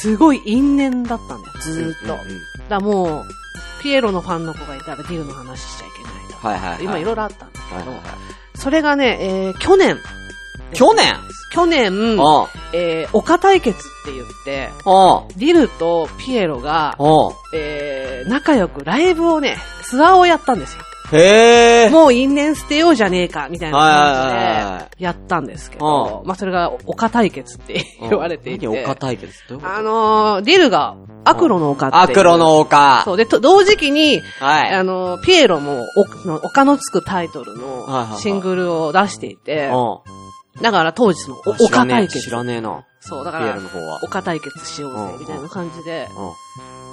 S2: すごい因縁だったんだよ、ずーっと。
S1: うんうんうん
S2: だからもう、ピエロのファンの子がいたらディルの話しちゃいけないとか、
S1: はいはいはい。
S2: 今いろい
S1: ろ。
S2: ろあったんだけ
S1: はい
S2: ど、
S1: はいは
S2: それがね、えー去年、
S1: い。去年
S2: 去年、
S1: おう
S2: えー、岡対決って言って、
S1: おう
S2: ディルとピエロが、
S1: おう
S2: えー、仲良くライブをね、ツアーをやったんですよ。
S1: へえ。
S2: もう因縁捨てようじゃねえか、みたいな
S1: はいはいはい
S2: 感
S1: は
S2: じで、やったんですけ
S1: う
S2: ど、
S1: ん
S2: まあそれが岡対決って
S1: うん
S2: 言われていて、
S1: 何丘対決どういうこと
S2: あのー、ディルがアクロの丘っていう。
S1: アクロの丘。
S2: そう、で、と同時期に、
S1: はい。
S2: あのー、ピエロも、おの丘のつくタイトル
S1: はいはいは
S2: の
S1: い
S2: シングルを出していて、
S1: う
S2: だから当時その
S1: ん。知ら
S2: 丘
S1: ねえ
S2: 対決
S1: 知。らねえな。
S2: そう、だか
S1: ピエロ
S2: ら
S1: の、方は。
S2: 丘対決しようぜ、みたいな感じで、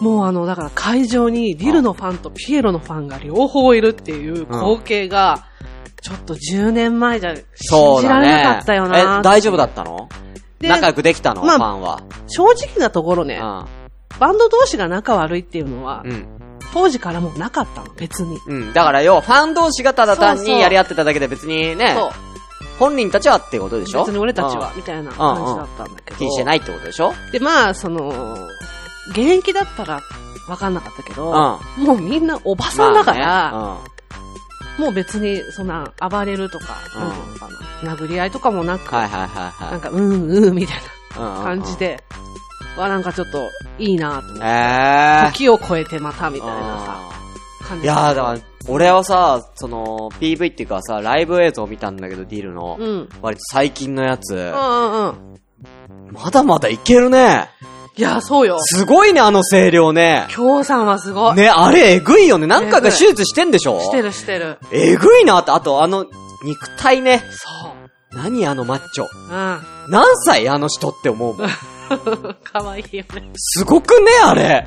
S1: うん。
S2: もうあの、だから会場にディルのファンとピエロのファンが両方いるっていう光景が、ちょっと10年前じゃ信
S1: そう
S2: じ
S1: だ
S2: られ
S1: ね。
S2: なかったよな。
S1: え、大丈夫だったの
S2: で
S1: 仲良くできたのフ
S2: まあ
S1: ァンは。
S2: 正直なところね、バンド同士が仲悪いっていうのは、
S1: うん。うん。
S2: 当時からもうなかったの、別に。
S1: うん。だから要はファン同士がただ単
S2: そうそう
S1: にやり合ってただけで別にね、
S2: そう。
S1: 本人たちはってことでしょ
S2: 別に俺たちは、みたいな感じだったんだけ
S1: うん気
S2: ど。
S1: にしてないってことでしょ
S2: で、まあ、その、現役だったら分かんなかったけど、
S1: う
S2: もうみんなおばさんだから、
S1: まあね
S2: もう別にそんな暴れるとか、
S1: うん
S2: なんていうのかな、殴り合いとかもな
S1: う
S2: く、
S1: ん。はいはいはい
S2: な
S1: は
S2: ん
S1: い
S2: か、うんうんみたい
S1: うんうんう。
S2: なん感じで、はなんかちょっといいなと思
S1: え
S2: っ
S1: ー。
S2: て、時を超えてまたみたいなさ、感
S1: うん
S2: じ
S1: いやー、だから、俺はさ、その、PV っていうかさ、ライブ映像見たんだけど、ディルの。
S2: うん。うん
S1: 割と最近のやつ
S2: う。んうん。
S1: まだまだいけるね。
S2: いや、そうよ。
S1: すごいね、あの声量ね。
S2: 京さんはすごい。
S1: ね、あれ、えぐいよね。何回か手術してんでしょ
S2: してるしてる。
S1: えぐいなって、あとあの、肉体ね。
S2: そう。
S1: 何あのマッチョ。
S2: うん。 か
S1: 何歳あの人って思うもん。
S2: わいいよね。
S1: すごくね、あれ。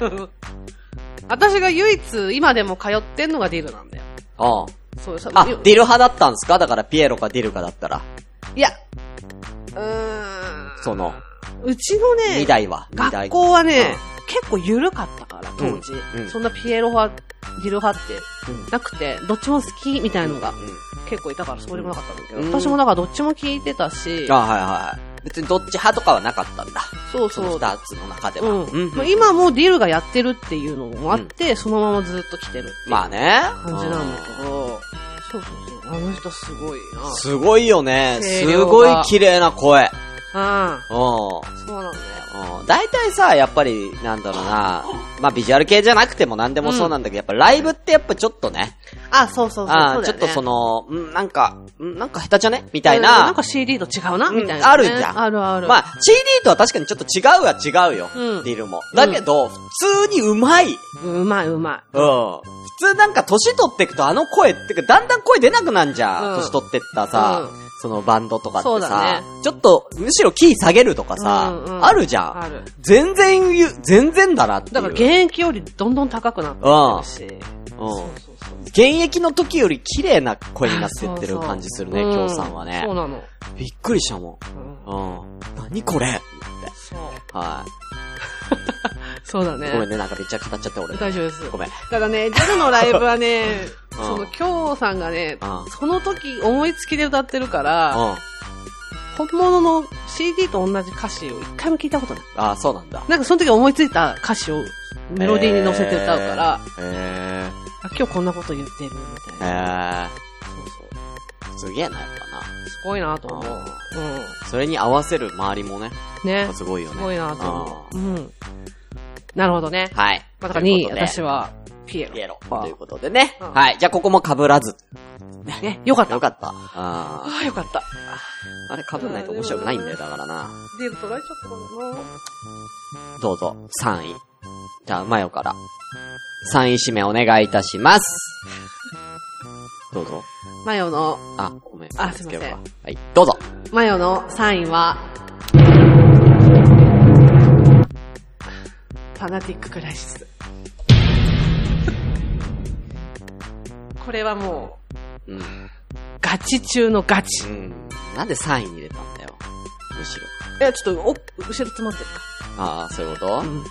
S2: 私が唯一今でも通ってんのがディルなんだよ。
S1: ああ。
S2: そうそう。
S1: あ、デ
S2: い
S1: ィル派だったんですかだからピエロかディルかだったら。
S2: いや、うーん。
S1: その、
S2: うちのね、
S1: 二台は。二
S2: 学
S1: 台
S2: 校はね、結構緩かったから、当時。
S1: うんうん
S2: そんなピエロ派、ギル派って
S1: うん
S2: なくて、どっちも好きみたいのが
S1: う
S2: 結構いたから、そうでもなかったんだけど、
S1: うん
S2: 私もだからどっちも聞いてたし
S1: ん。あ、、はいはい。別にどっち派とかはなかったんだ。
S2: そう
S1: そ
S2: そ
S1: の
S2: う。
S1: 二つの中では。
S2: うん
S1: うん
S2: まあ今もディルがやってるっていうのもあって、そのままずっと来てるっていう
S1: まあね。
S2: 感じなんだけど、そうそうそう、あの人すごい
S1: うんすごいよね。
S2: 声
S1: す
S2: 量
S1: ごい
S2: が
S1: 綺麗な声。
S2: な。
S1: うん。
S2: うん、そうなんだよ。
S1: うん大体さ、やっぱり、なんだろうな、まあビジュアル系じゃなくても何でもそうなんだけど、やっぱライブってやっぱちょっとね、
S2: あ、そうそうそうそうだ
S1: あ
S2: よ
S1: あ
S2: ね。
S1: ちょっとその、うんなんか、うんなんか下手じゃねみ
S2: うん、
S1: たい
S2: な
S1: なん
S2: か、CD と違うな、
S1: うん
S2: みたいな、ね。
S1: あるじゃん
S2: あるある。
S1: まあ CD とは確かにちょっと違うは違うよ、
S2: うん
S1: ディルも。だけど、普通にうまい。うん。
S2: うんうまいうまい。
S1: 普通なんか年取ってくとあの声ってか、だんだん声出なくなんじゃん。
S2: うん
S1: 年取ってったさ、
S2: う
S1: そのバンドとかって
S2: そうだ
S1: さ、
S2: ね
S1: ちょっとむしろキー下げるとかさ、
S2: うんうん
S1: あるじゃん。
S2: ある。
S1: 全然言う、全然だなっていう。
S2: だから現役よりどんどん高くなってるし。
S1: うん
S2: そうそうそう
S1: 現役の時より綺麗な声になってってる感じするね、
S2: そうそ
S1: 京
S2: う
S1: さんはね
S2: う。そうなの。
S1: びっくりしたもん。
S2: うん
S1: うん。何これ
S2: そう。
S1: は
S2: そうだね。
S1: ごめんね、なんかめっちゃ語っちゃって俺。
S2: 大丈夫です。
S1: ごめん。
S2: ただね、ジェルのライブはね、
S1: うん
S2: その、京さんがね
S1: うん、
S2: その時思いつきで歌ってるか
S1: う
S2: ら、
S1: ん。
S2: 本物の CD と同じ歌詞を一回も聞いたことない。
S1: ああ、そうなんだ。
S2: なんかその時思いついた歌詞をメロディーに乗せて歌うから、
S1: へ
S2: あ今日こんなこと言ってるみたい
S1: え。
S2: な。
S1: へ
S2: そ
S1: え。
S2: うそ
S1: すげえな、やっぱな。
S2: う。すごいなと思う。
S1: それに合わせる周りもね、
S2: うん。ね。
S1: すごいよね。
S2: すごいなと思う。
S1: う
S2: うん。なるほどね。
S1: ん。はい。
S2: まあだから2
S1: とい
S2: 位、
S1: うことで
S2: 私。は、ピエロ。
S1: ピエロ。ということでね。
S2: うん
S1: はい。じゃあここも被らず。
S2: ね、よかった。
S1: よかった。あ
S2: ああ、よかっ
S1: ー
S2: た。
S1: あれ被んないと面白くないんだよ、だからな。
S2: デール取られちゃったかな
S1: どうぞ、3位。じゃあ、マヨから。3位指名お願いいたします。どうぞ。
S2: マヨの、
S1: あ、ごめん。
S2: あすいません
S1: はい、どうぞ。
S2: マヨの3位は、ファナティッククライシス。 これはもう、
S1: うん。
S2: ガチ中のガチ。
S1: うん。なんで3位に入れたんだよ。むしろ。
S2: いや、ちょっと、お、後ろ詰まってるか。
S1: ああ、そういうこと、
S2: う
S1: うん
S2: ん。
S1: い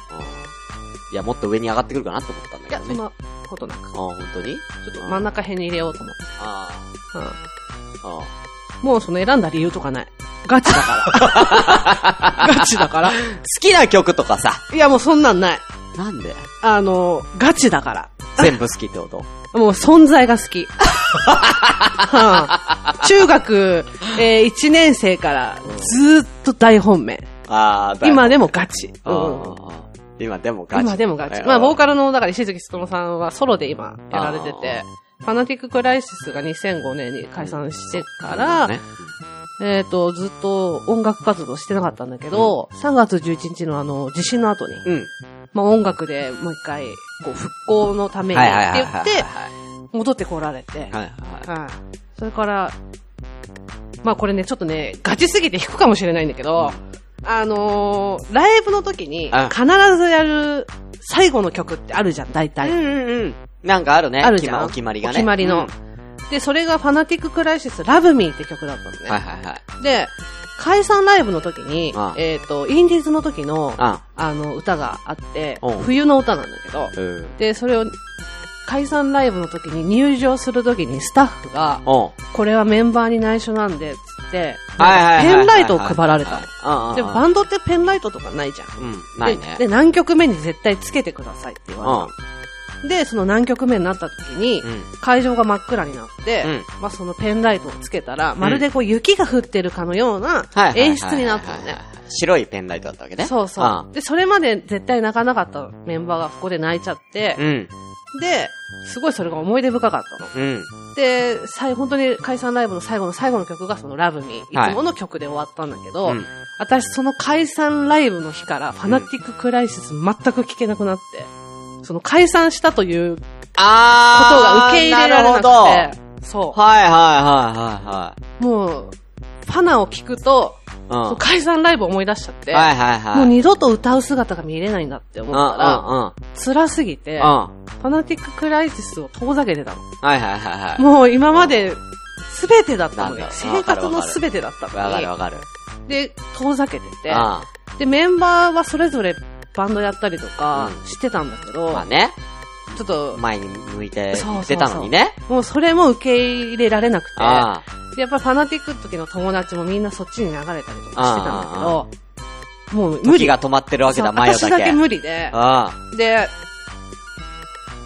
S1: や、もっと上に上がってくるかなと思ったんだ
S2: い
S1: け
S2: や、
S1: ど
S2: そ
S1: ね。
S2: ん
S1: あ
S2: なことなく。
S1: あ、本当に
S2: ちょっと真ん中辺に入れようと思って。
S1: ああ、あ
S2: うん。もうその選んだ理由とかない。ガチ だから。ガチだから。
S1: あ。好きな曲とかさ。
S2: いや、もうそんなんない。
S1: なんで
S2: あの、ガチだから。
S1: 全部好きって こと
S2: もう存在が好 き。はい中学、え1年生からずーっと大本命。
S1: ああ、だいぶ
S2: 今でもガチ。
S1: あ
S2: うん
S1: あ今でもガチ。
S2: 今でもガチ。
S1: え
S2: まあ、ボー
S1: ル。
S2: カルの、だから石月努さんはソロで今やられてて
S1: あ、
S2: ファナティッククライシスが2005年に解散してか
S1: そう
S2: ら、
S1: ね
S2: えっ、と、ずっと音楽活動してなかったんだけど、3月11日のあの、地震の後に、
S1: うん。
S2: まあ音楽でもう一回、こう、復興のためにっ
S1: はい
S2: て
S1: はいはい
S2: 言
S1: は
S2: っ
S1: い。
S2: て、戻ってこられて、
S1: はいはい。
S2: はい。それから、まあこれね、ちょっとね、ガチすぎて弾くかもしれないんだけど、あのー、ライブの時
S1: う
S2: に
S1: ん
S2: 必ずやる最後の曲ってあるじゃん、大体。
S1: うんうんうん。なんかあるね。
S2: あるじゃん。
S1: お決まりがね。
S2: お決まり
S1: う
S2: の
S1: ん。
S2: で、それがファナティッククライシス、ラブミーって曲だったのね。
S1: はいはいはい。
S2: で、解散ライブの時に、
S1: ああ
S2: えっ、と、インディーズの時の、あ
S1: あ
S2: の、歌があって
S1: おう、
S2: 冬の歌なんだけど、
S1: ん。うん。
S2: で、それを、解散ライブの時に入場する時にスタッフが、
S1: おう
S2: これはメンバーに内緒なんで、つって、
S1: はいはいはいはい
S2: ペンライトを配られた。
S1: ああ。
S2: でもバンドってペンライトとかないじゃん。
S1: うん、ないね。
S2: で、で何曲目に絶対つけてくださいって言
S1: うん。
S2: われて。で、その何曲目になった時に、
S1: うん。
S2: 会場が真っ暗になって、
S1: うん
S2: まあそのペンライトをつけたら、まるでこう雪が降ってるかのような
S1: はいはいはいはい
S2: 演出になったのね。。
S1: 白いペンライトだったわけね。
S2: そうそう。で、それまで絶対泣かなかったメンバーがここで泣いちゃって
S1: う、ん。
S2: で、すごいそれが思い出深かったの。
S1: うん。
S2: で、最本当に解散ライブの最後の最後の曲がそのラブミ
S1: はい
S2: ー。いつもの曲で終わったんだけど、
S1: うん。
S2: 私その解散ライブの日からファナティッククライシス全く聴けなくなって、その解散したということ
S1: あー。
S2: が受け入れられなくて、
S1: なる
S2: そ
S1: ほど。はいはいはいは
S2: う。もう、ファナを聞く
S1: いは
S2: と、
S1: い。うん。
S2: その
S1: は
S2: 解散ライブを思い出しちゃって、
S1: いはいはい。
S2: もう二度と歌う姿が見れないんだって思
S1: う
S2: っ
S1: ん
S2: たら、
S1: う
S2: 辛すぎて、
S1: んうん。うん。
S2: ファナティッククライシスを遠ざけてたの。
S1: はいはいはいはい。
S2: もう今まで、すべてだった
S1: な
S2: のね
S1: ん。だ
S2: 生活のすべてだった
S1: わ
S2: の
S1: か
S2: に
S1: る。わかる。
S2: で、遠ざけてて。
S1: あ
S2: で、メンバーはそれぞれバンドやったりとかしてたんだけど、
S1: まあね、
S2: ちょっと、
S1: 前に向いて
S2: そうそうそ
S1: 出
S2: う
S1: たのにね。
S2: もうそれも受け入れられなくて、
S1: あ
S2: でやっぱファナティックの時の友達もみんなそっちに流れたりとかしてたんだけど、もう
S1: あ。
S2: 無理
S1: 時が止まってるわけだ、
S2: そう
S1: 前だけ。
S2: 私だけ無理で、
S1: あ
S2: で、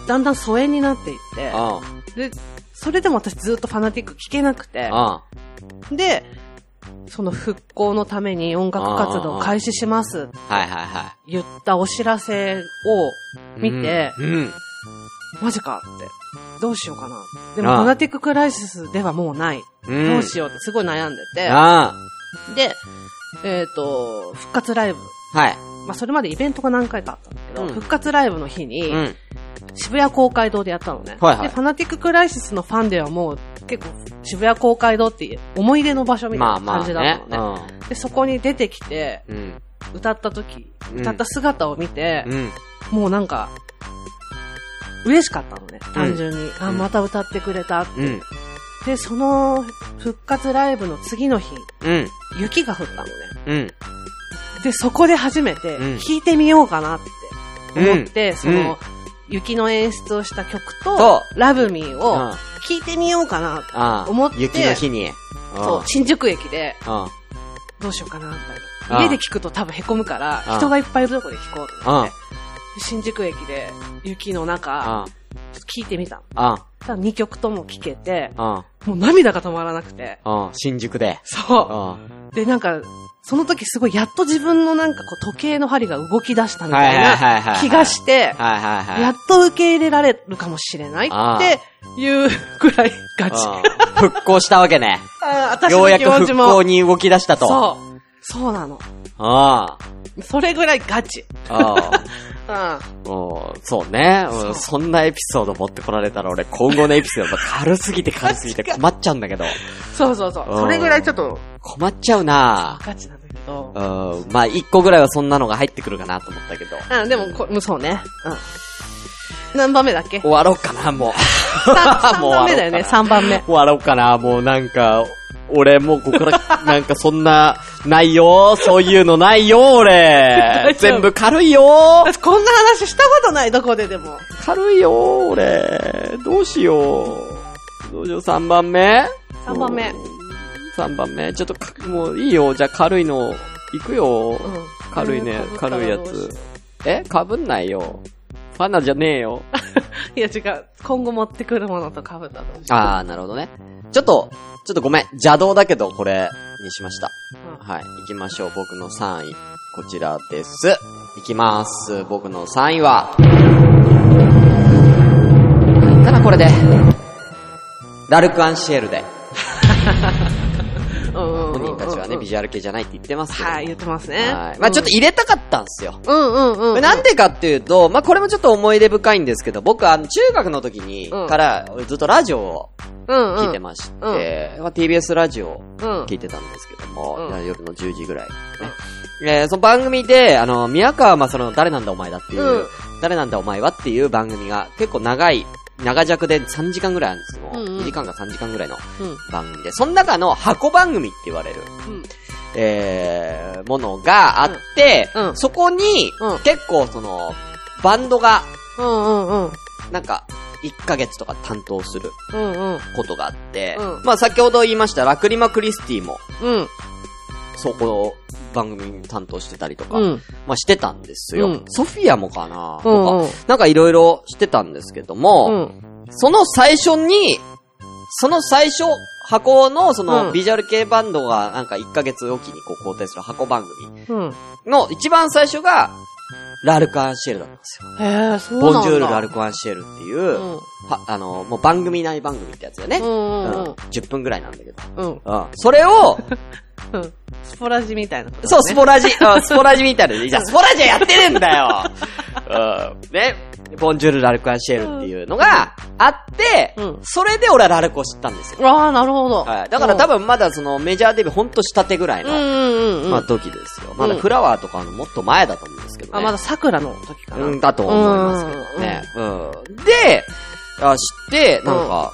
S2: だんだん疎遠になっていって
S1: あ。、うん。
S2: で、それでも私ずっとファナティック聞けなくて、
S1: うん。
S2: で、その復興のために音楽活動を開始しますって
S1: はいはいは
S2: 言ったお知らせを
S1: い。
S2: 見て、
S1: うん。うん
S2: マジかって、どうしようかな。で
S1: あ
S2: も、
S1: あ
S2: ファナティッククライシスではもうない。
S1: うん。
S2: どうしようってすごい悩んでて、
S1: あ
S2: で、えっ、と、復活ライブ。
S1: あ。はい。
S2: まあ、それまでイベントが何回かあったんだけど、
S1: うん
S2: 復活ライブの日に、
S1: うん。
S2: 渋谷公会堂でやったのね。
S1: はいはい
S2: で、ファナティッククライシスのファンではもう、結構、渋谷公会堂っていう思い出の場所みた
S1: まあ
S2: いな
S1: ま
S2: 感
S1: あ
S2: じだったの
S1: ね
S2: ね。。で、そこに出てきて、
S1: うん。うん。
S2: 歌った時、
S1: うん
S2: 歌った姿を見て、
S1: うん。
S2: もうなんか、嬉しかったのね、単純に。あ、
S1: うん
S2: また歌ってくれたって。
S1: うん。
S2: で、その復活ライブの次の日、
S1: うん。
S2: 雪が降ったのね。
S1: うん。
S2: で、そこで初めて、
S1: うん
S2: 弾いてみようかなって思って、
S1: うん
S2: その、雪の演出をした曲
S1: そ
S2: と、ラブミー
S1: うん
S2: を聴いてみようかなと。
S1: ああ
S2: 思って
S1: 雪の日に。
S2: そう、新宿駅で、
S1: うん。うん。
S2: どうしようかな、みたい
S1: あ
S2: な。家で聴くと多分凹むから
S1: あ、
S2: 人がいっぱいいるとこで聴こうと思って
S1: あ。
S2: 新宿駅で、雪の
S1: う
S2: 中、
S1: ん。
S2: 聴いてみたの。
S1: うん。
S2: ただ2曲とも聴けて、
S1: うん。
S2: もう涙が止まらなくて。
S1: うん。新宿で。うん。
S2: そ
S1: は
S2: う。で、なんか、その時すごいやっと自分のなんかこう時計の針が動き出した
S1: い
S2: み
S1: はい
S2: たい
S1: はい
S2: な
S1: はいはい。
S2: 気がして、
S1: はいはいはい。
S2: やっと受け入れられるかもしれない
S1: ああ
S2: っていうぐらいガチ。
S1: うん復興したわけね。
S2: ああ私
S1: よう
S2: の
S1: や
S2: 気
S1: く
S2: 持
S1: 復
S2: ち
S1: 興
S2: も。
S1: に動き出したと。
S2: そう。そうなの。
S1: あ
S2: それぐらいガチ。
S1: あ。ああ。
S2: うん。
S1: も う、そうね。う
S2: そ
S1: ん
S2: う
S1: そんなエピソード持ってこられたら俺、今後のエピソード軽すぎて軽すぎて困っちゃうんだけど。
S2: そうそうそう
S1: う。ん
S2: それぐらいちょっと
S1: 困っちゃうな
S2: ガチなんだけど。
S1: うん。まあ、一個ぐらいはそんなのが入ってくるかなと思ったけど。
S2: うん、でもこ、もうそうね。うん。何番目だっけ
S1: 終わろうかな、もう。
S2: 三三番目だよね、
S1: も
S2: 3番目。
S1: 終わろうかな、もうなんか、俺もうここから、 なんかそんな、ないよそういうのないよ俺
S2: 大丈夫
S1: 全部軽いよ
S2: 私こんな話したことない、どこででも。
S1: 軽いよ俺どうしよう。どうしよう、3番目
S2: 3番目。
S1: 3番目。ちょっとか、もういいよ。じゃあ軽いの、いくよ。
S2: うん
S1: 軽いね、
S2: かぶっ
S1: 軽
S2: た
S1: い
S2: ら
S1: や
S2: どうしよう
S1: つ。えかぶんないよ。ファナじゃねえよ。
S2: いや違う。今後持ってくるものとかぶったと思う。
S1: あー、なるほどね。ちょっと、ちょっとごめん。邪道だけど、これ、にしました。はい。行きましょう。僕の3位。こちらです。行きます。僕の3位は。ただこれで。ラルク・アンシエルで。
S2: うん。
S1: 本人たちはね、ビ
S2: ジ
S1: ジュアル系じゃないって言ってますけど。
S2: はい、言ってますね。
S1: はいまあちょっと入れたかったんすよ。
S2: うんうんうんうん。
S1: なんでかっていうと、まあこれもちょっと思い出深いんですけど、僕あの中学の時に
S2: うん
S1: から俺ずっとラジオを
S2: うんうん。
S1: 聞いてまして、まあ TBS ラジオを
S2: うん。
S1: 聞いてたんですけども、
S2: うん
S1: 夜の10時ぐらい、ねえーその番組で、あの、宮川まさの誰なんだお前だっていう、
S2: うん
S1: 誰なんだお前はっていう番組が結構長い、長尺で3時間ぐらいあるんですけども、
S2: うんうん
S1: 2時間か3時間ぐらいの
S2: うん。
S1: 番組で、その中の箱番組って言われる、
S2: うん
S1: えー、ものがあって、
S2: うんうん
S1: そこに、
S2: うん
S1: 結構その、バンドが、
S2: うんうんうん。
S1: なんか、1ヶ月とか担当する
S2: うんうん。
S1: ことがあって、
S2: うん
S1: まあ先ほど言いましたラクリマクリスティも、
S2: うん。
S1: そこの番組に担当してたりとか、
S2: うん。
S1: まあしてたんですよ。
S2: うん
S1: ソフィアもかな、
S2: うんう
S1: と
S2: ん
S1: かなんかいろいろしてたんですけど
S2: う
S1: も、
S2: ん。
S1: その最初に、その最初、箱のそうの
S2: ん
S1: ビジュアル系バンドがなんか1ヶ月おきにこう交代する箱番組
S2: うん。
S1: の一番最初が、ラルク・アンシェルだったんですよ。
S2: へえ、そうなん
S1: ボ
S2: だ。
S1: ンジュール・ラル
S2: ク。
S1: ク・アンシェルっていう、
S2: うん。
S1: はあの、もう番組内番組ってやつだよね。
S2: うん
S1: う
S2: うんんうん。
S1: 10分ぐらいなんだけど。
S2: うん。
S1: うん。それを、
S2: うん。スポラジみたいなことね。
S1: そう、スポ ラジ、うんスポラジみたいな。じゃあ、スポラジはやってねえんだよ うん。ね。ボンジュール・ラルク・アンシェルっていうのがあって、
S2: うん
S1: それで俺はラルクを知ったんですよ。
S2: ああ、なるほど。
S1: はい。だから多分まだそのメジャーデビューほんとしたてぐらい
S2: うん。う
S1: の、
S2: んうんうん。
S1: まあ時ですよ。まだフラワーとかのもっと前だと思うんですけどね。
S2: あ、まだ桜の時かな。
S1: うん、だと思いますけどね。うん。で、あ知って、なんか、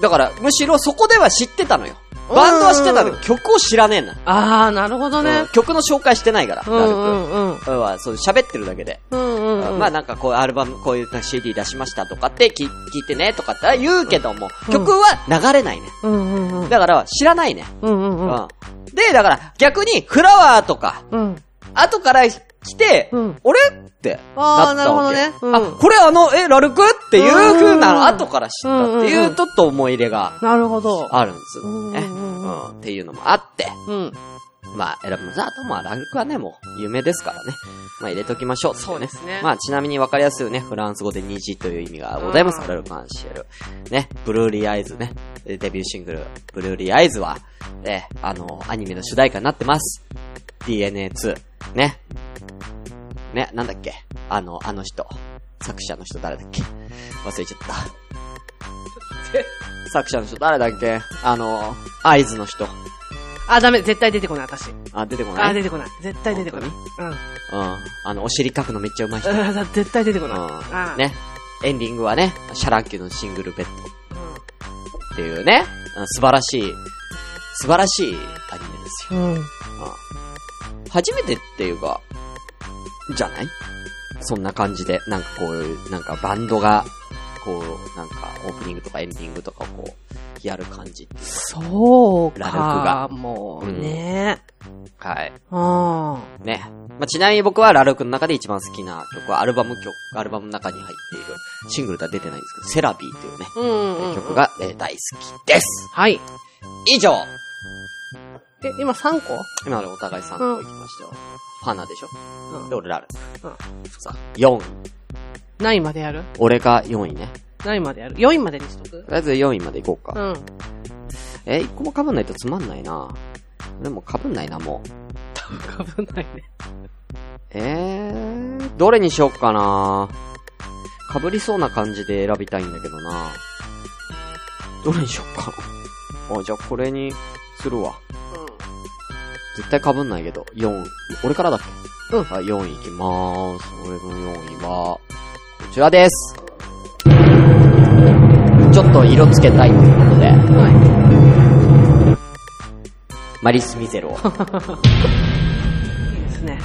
S1: だから、むしろそこでは知ってたのよ。バンドは知ってたの
S2: う
S1: に
S2: ん
S1: 曲を知らねえんだ。
S2: ああ、なるほど
S1: う
S2: ね
S1: ん。曲の紹介してないから、
S2: う
S1: ラル
S2: んう
S1: ク。
S2: んうん。
S1: うんは、そう、喋ってるだけで。
S2: うんうんうん。
S1: まあなんかこういうアルバム、こういう CD 出しましたとかって聞聞いてねとかって言うけども、
S2: うん
S1: 曲は流れないね。
S2: うんうんうん。
S1: だから知らないね。
S2: うんうん
S1: う
S2: うん。
S1: ん。で、だから逆にフラワーとか、
S2: うん。
S1: 後から来て、
S2: うん
S1: 俺って
S2: あ
S1: なっ
S2: ー
S1: たわけ。
S2: なるほどねうん
S1: あ、これあの、え、ラルクっていう風なの後から知ったって
S2: うんうん
S1: いううんちょっと思い入れが
S2: なるほど。
S1: あるんですよね。
S2: うんうんう
S1: うん。っていうのもあって。
S2: うん。
S1: まあ、選びます。あと、まあ、ラルクはね、もう、有名ですからね。まあ、入れときましょう、
S2: そうですね
S1: まあ、ちなみに分かりやすいね、フランス語で虹という意味がございます。
S2: うん
S1: ラルク・アンシエル。ね、ブルーリーアイズね。デビューシングル、ブルーリーアイズは、え、あの、アニメの主題歌になってます。DNA2。ね。ね、なんだっけあの、あの人。作者の人誰だっけ忘れちゃっ た。作者の人誰だっけあの、アイズの人。
S2: あ、ダメ。絶対出てこない、私。
S1: あ、出てこない。
S2: あ、出てこない。絶対出てこない。うん。
S1: うん。あの、お尻かくのめっちゃうまい人。
S2: あだ絶対出てこない。
S1: う
S2: あ
S1: ん。。ね。エンディングはね、シャランキューのシングルベッドっていうね、うん素晴らしい、素晴らしいアニメですよ。
S2: うん。うん。
S1: うん初めてっていうか、じゃないそんな感じで、なんかこういう、なんかバンドが、こう、なんかオープニングとかエンディングとかをこう、やる感じ。
S2: そう
S1: ラル
S2: か、もうね。
S1: はい。
S2: うん。
S1: ね。まあ、ちなみに僕はラルクの中で一番好きな曲はアルバム曲、アルバムの中に入っている、シングルとは出てないんですけど、セラビーというね、
S2: うんうんうん。
S1: 曲。が、えー大好きです
S2: はい。
S1: 以上
S2: え、今3個
S1: 今までお互い3個行きましたよ。ファナでしょ
S2: うん
S1: で、俺ラルク。
S2: うん
S1: さあ、4位。
S2: 何位までやる
S1: 俺が4位ね。
S2: 何位までやる ?4 位までにしとく
S1: とりあえず4位まで行こう
S2: う
S1: か。
S2: ん。
S1: えー、1個も被んないとつまんないな。でも被んないな、もう。
S2: かぶんないね。
S1: えー、どれにしよっかな被りそうな感じで選びたいんだけどなどれにしよっか なあ、じゃあこれにするわ。絶対被んないけど、4位。俺からだっけ
S2: うん
S1: あ、4位いきまーす。俺の4位は、こちらです。ちょっと色つけたいということで、
S2: うん。はい。
S1: マリスミゼロを、
S2: いいですね。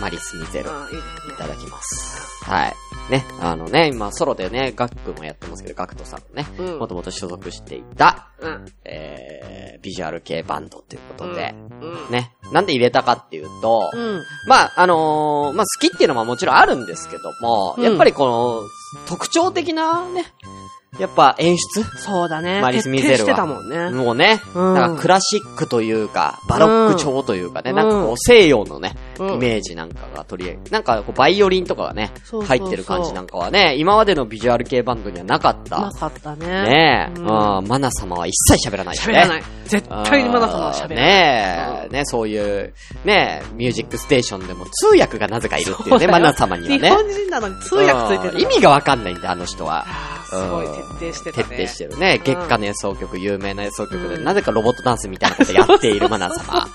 S1: マリスミゼロ。
S2: うん、いいで
S1: い
S2: す
S1: た
S2: ね。
S1: だきます。はい。ね、あのね、今ソロでね、ガックもやってますけど、ガクトさんもね、
S2: うん
S1: もともと所属していた、
S2: うん。
S1: えー、ビジュアル系バンドということで、
S2: うん。
S1: ね、なんで入れたかっていうと、
S2: うん。
S1: まあ、あのーまあ、好きっていうのはもちろんあるんですけども、
S2: うん
S1: やっぱりこの、特徴的なね、やっぱ演出
S2: そうだね。
S1: マリス・ミゼル
S2: 徹底してたもんね。
S1: は。もうね、
S2: うん
S1: なんかクラシックというか、バロック調というかね、
S2: うん
S1: なんかこう西洋のね、
S2: うん
S1: イメージなんかが取り、なんかこうバイオリンとかがね
S2: そうそうそう
S1: 入ってる感じなんかはね、今までのビジュアル系バンドにはなかった。
S2: なかったね。
S1: ねえ、う
S2: う
S1: んん、マナ様は一切喋らないよね。
S2: 喋らない。絶対にまだその
S1: あー
S2: 喋らない。
S1: ねえ、
S2: うん
S1: ねそういう、ねえ、ミュージックステーションでも通訳がなぜかいるっていうね、
S2: そうだよ
S1: マナ様には
S2: 日
S1: ね。
S2: 本人なのに通訳ついてる
S1: う
S2: の。
S1: ん意味がわかんないんだ、あの人は。
S2: あーすごい徹底してたね。
S1: 徹底してるね。月下の演奏曲、有名な演奏曲で、なぜかロボットダンスみたいなことやっているマナ 様。うん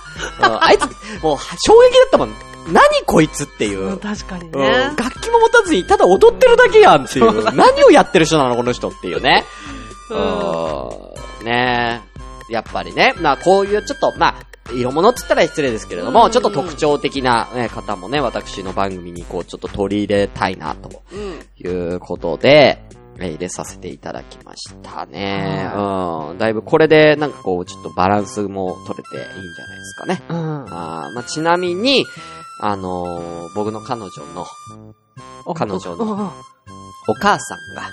S1: あいつ、もう、衝撃だったもん。何こいつっていう。
S2: うん、確かに
S1: うん
S2: ね。
S1: 楽器も持たずに、ただ踊ってるだけやんっていう。何をやってる人なの、この人っていうね。
S2: う
S1: うんん。ねえ。やっぱりね。まあ、こういうちょっと、まあ、色物って言ったら失礼ですけれど
S2: う
S1: も、
S2: ん
S1: ちょっと特徴的な、ね、方もね、私の番組にこう、ちょっと取り入れたいな、と
S2: うん。
S1: いうことで、えー入れさせていただきましたね。うん。だいぶこれで、なんかこう、ちょっとバランスも取れていいんじゃないですかね。
S2: うん。
S1: あーまあ、ちなみに、あのー僕の彼女の、彼女の
S2: の。
S1: お母さんが、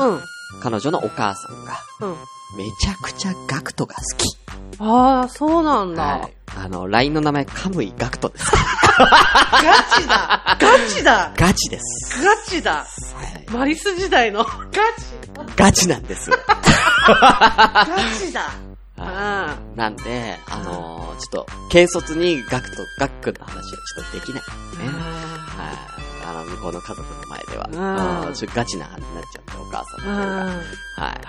S2: うん。うん。
S1: 彼女のお母さんが、
S2: うん
S1: めちゃくちゃガクトが好き。
S2: ああ、そうなん
S1: は
S2: だ
S1: い。。あの、LINE の名前、カムイガクトです。
S2: ガチだガチだ
S1: ガチです。
S2: ガチだ
S1: はい
S2: マリス時代のガチ
S1: ガチなんです。
S2: ガチだ
S1: は
S2: う
S1: なんで、あのーちょっと、軽率にガクト、ガックの話はちょっとできない。ね。はい。あの、向こうの家族の前で
S2: うん
S1: は。うん。ちょっとガチな話になっちゃって、お母さん
S2: う
S1: の方が。
S2: ん。
S1: はい。
S2: 確かに
S1: で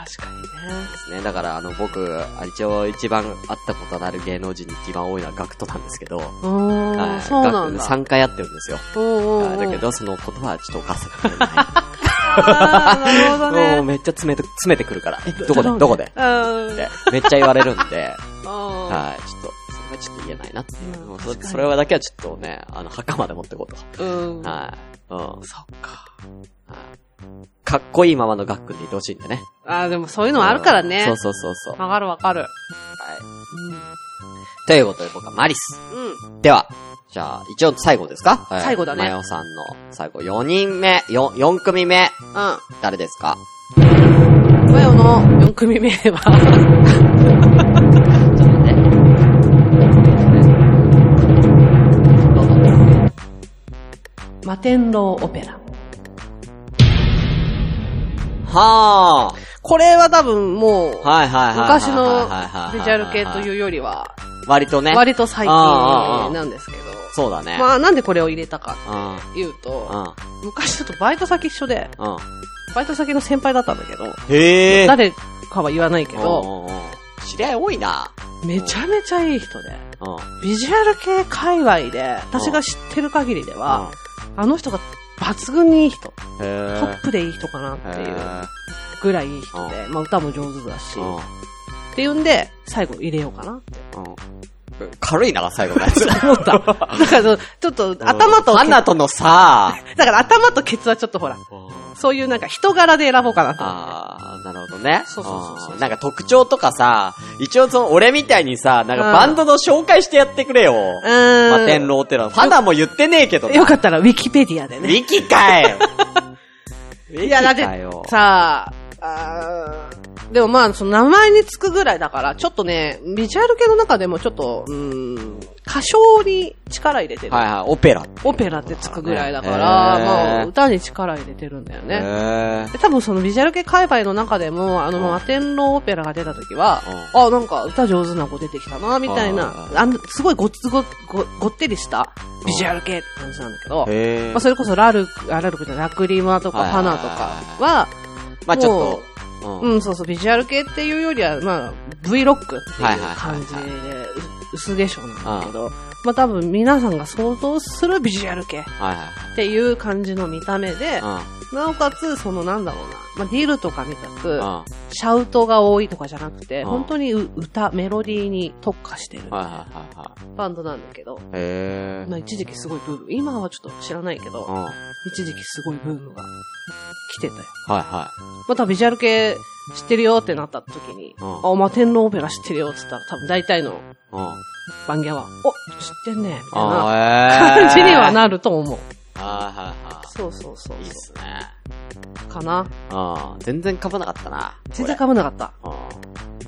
S1: すね。だから、あの、僕、一応一番会ったことのある芸能人に一番多いのはガクトなんですけど、
S2: ね。う
S1: は
S2: ん。
S1: い
S2: そうなんだ。
S1: 3回会ってるんですよ。
S2: うんうん
S1: は
S2: う
S1: い
S2: ん
S1: だけ。ど、その言葉はちょっとお母さんから言え ない
S2: あーなるほど
S1: もう
S2: ね。
S1: めっちゃ詰めて、詰めてくるから。え、どこでどこで
S2: うん。
S1: って、めっちゃ言われるんで、
S2: うん
S1: はい、ちょっと、それはちょっと言えないなっていう
S2: うん
S1: もうそ
S2: 確かに
S1: それはだけはちょっとね、あの、墓まで持ってこうと。
S2: うん。
S1: はい。うん。はい
S2: そっか。
S1: かっこいいままのガックンでいてほしいんでね。
S2: ああ、でもそういうのはあるからね。
S1: そうそうそうそう。は
S2: わかるわかる。
S1: い。ということで僕はマリス。
S2: うん。うん。
S1: では、じゃあ、一応最後ですか、はい、
S2: 最後だね
S1: マヨさんの最後、4人目、4、四組目、
S2: う
S1: 誰ですか
S2: ん。マヨの4組目は、
S1: ちょっと待って。どうぞ。
S2: 摩天楼オペラ。
S1: はあ。
S2: これは多分もう、
S1: はいはいはいはいはいはいはい。。
S2: 昔のビジュアル系といううよりは、
S1: 割とね。
S2: 割と最近
S1: ああああ
S2: なんですけど。
S1: そうだね。
S2: まあなんでこれを入れたか
S1: うん。
S2: っていう
S1: う
S2: と、
S1: ん。
S2: 昔ちょっとバイト先一緒で、
S1: うん。
S2: バイト先の先輩だったんだけど、
S1: へえ。
S2: 誰かは言わないけ
S1: け
S2: ど、
S1: 知り合い多いな。
S2: めちゃめちゃいい人で、
S1: うん。
S2: ビジュアル系界隈で、私が知ってる限りでは、あの人が抜群にいい人、
S1: うん、へ
S2: ト
S1: え。
S2: ップでいい人かなっていうぐらいいい人で、まあ歌も上手だし、
S1: うん。
S2: っていうんで、最後入れようかな。
S1: うん。軽いな、最後のやつ。 思った。
S2: だからその、ちょっと、頭と、
S1: アナとの さ、
S2: だから頭とケツはちょっとほら、そういうなんか人柄で選ぼうかなと。
S1: あー、なるほどね。
S2: そうそうそうそう
S1: あーなんか特徴とかさ、一応その俺みたいにさ、なんかバンドの紹介してやってくれよ。
S2: うーん
S1: 摩天楼ってのは、ファナも言ってねえけどな。
S2: よかったら、ウィキペディアで
S1: ウ
S2: ね。
S1: ィキかいウィ
S2: い
S1: キ
S2: や、だっ
S1: か
S2: て
S1: よ。、
S2: さあ、あーでもまあ、その名前につくぐらいだから、ちょっとね、ビジュアル系の中でもちょっと、うーん、歌唱に力入れてる。
S1: はいはい、オペラ。
S2: オペラってつくぐらいだか
S1: へー
S2: ら、まあ、歌に力入れてるんだよね。
S1: へー
S2: で多分そのビジュアル系界隈の中でも、あの、
S1: うん
S2: 摩天楼オペラが出た時は、あ、なんか歌上手な子出てきたな、みたいな、
S1: うん
S2: あの、すごいごっつご、ご、ごってりしたビジュアル系って感じなんだけど、
S1: へー
S2: まあ、それこそラルク、あラルクじゃないラクリマとか
S1: はい
S2: パナとかは、
S1: まあちょっと、うん
S2: うん、そうそう、ビジュアル系っていうよりは、まあ、V ロックって
S1: はいいはいうはいは
S2: 感
S1: い
S2: じで、う薄化粧なんだけど、まあ多分皆さんが想像するビジュアル系っ
S1: はいはい
S2: ていう感じの見た目で、
S1: はい。
S2: なおかつ、そのなんだろうな、まあディルとかみた
S1: う
S2: く
S1: ん。う、ん。は
S2: シャウトが多いとかじゃなくて、
S1: うん
S2: 本当にう歌、メロディーに特化してる
S1: いはいはいは
S2: バンドなんだけど、
S1: い。へ
S2: まあ一時期すごいブーム、今はちょっと知らない
S1: ー。
S2: け
S1: うん。
S2: ど、
S1: はい
S2: 一時期すごいブームが来てたよ。
S1: は
S2: またビジュアル系知ってるよってなった時に、
S1: うん
S2: あ、まあ天皇オペラ知ってるよって言ったら多分大体の
S1: い。うん。
S2: バンギャは、お、知ってんね、みた いな
S1: あ
S2: 感じには
S1: る。
S2: なると思う。
S1: はいはいは
S2: そうそうそう
S1: い。いいっすね。
S2: かな。
S1: うん。全然被んなかったな。
S2: 全然かぶんなかった。
S1: こ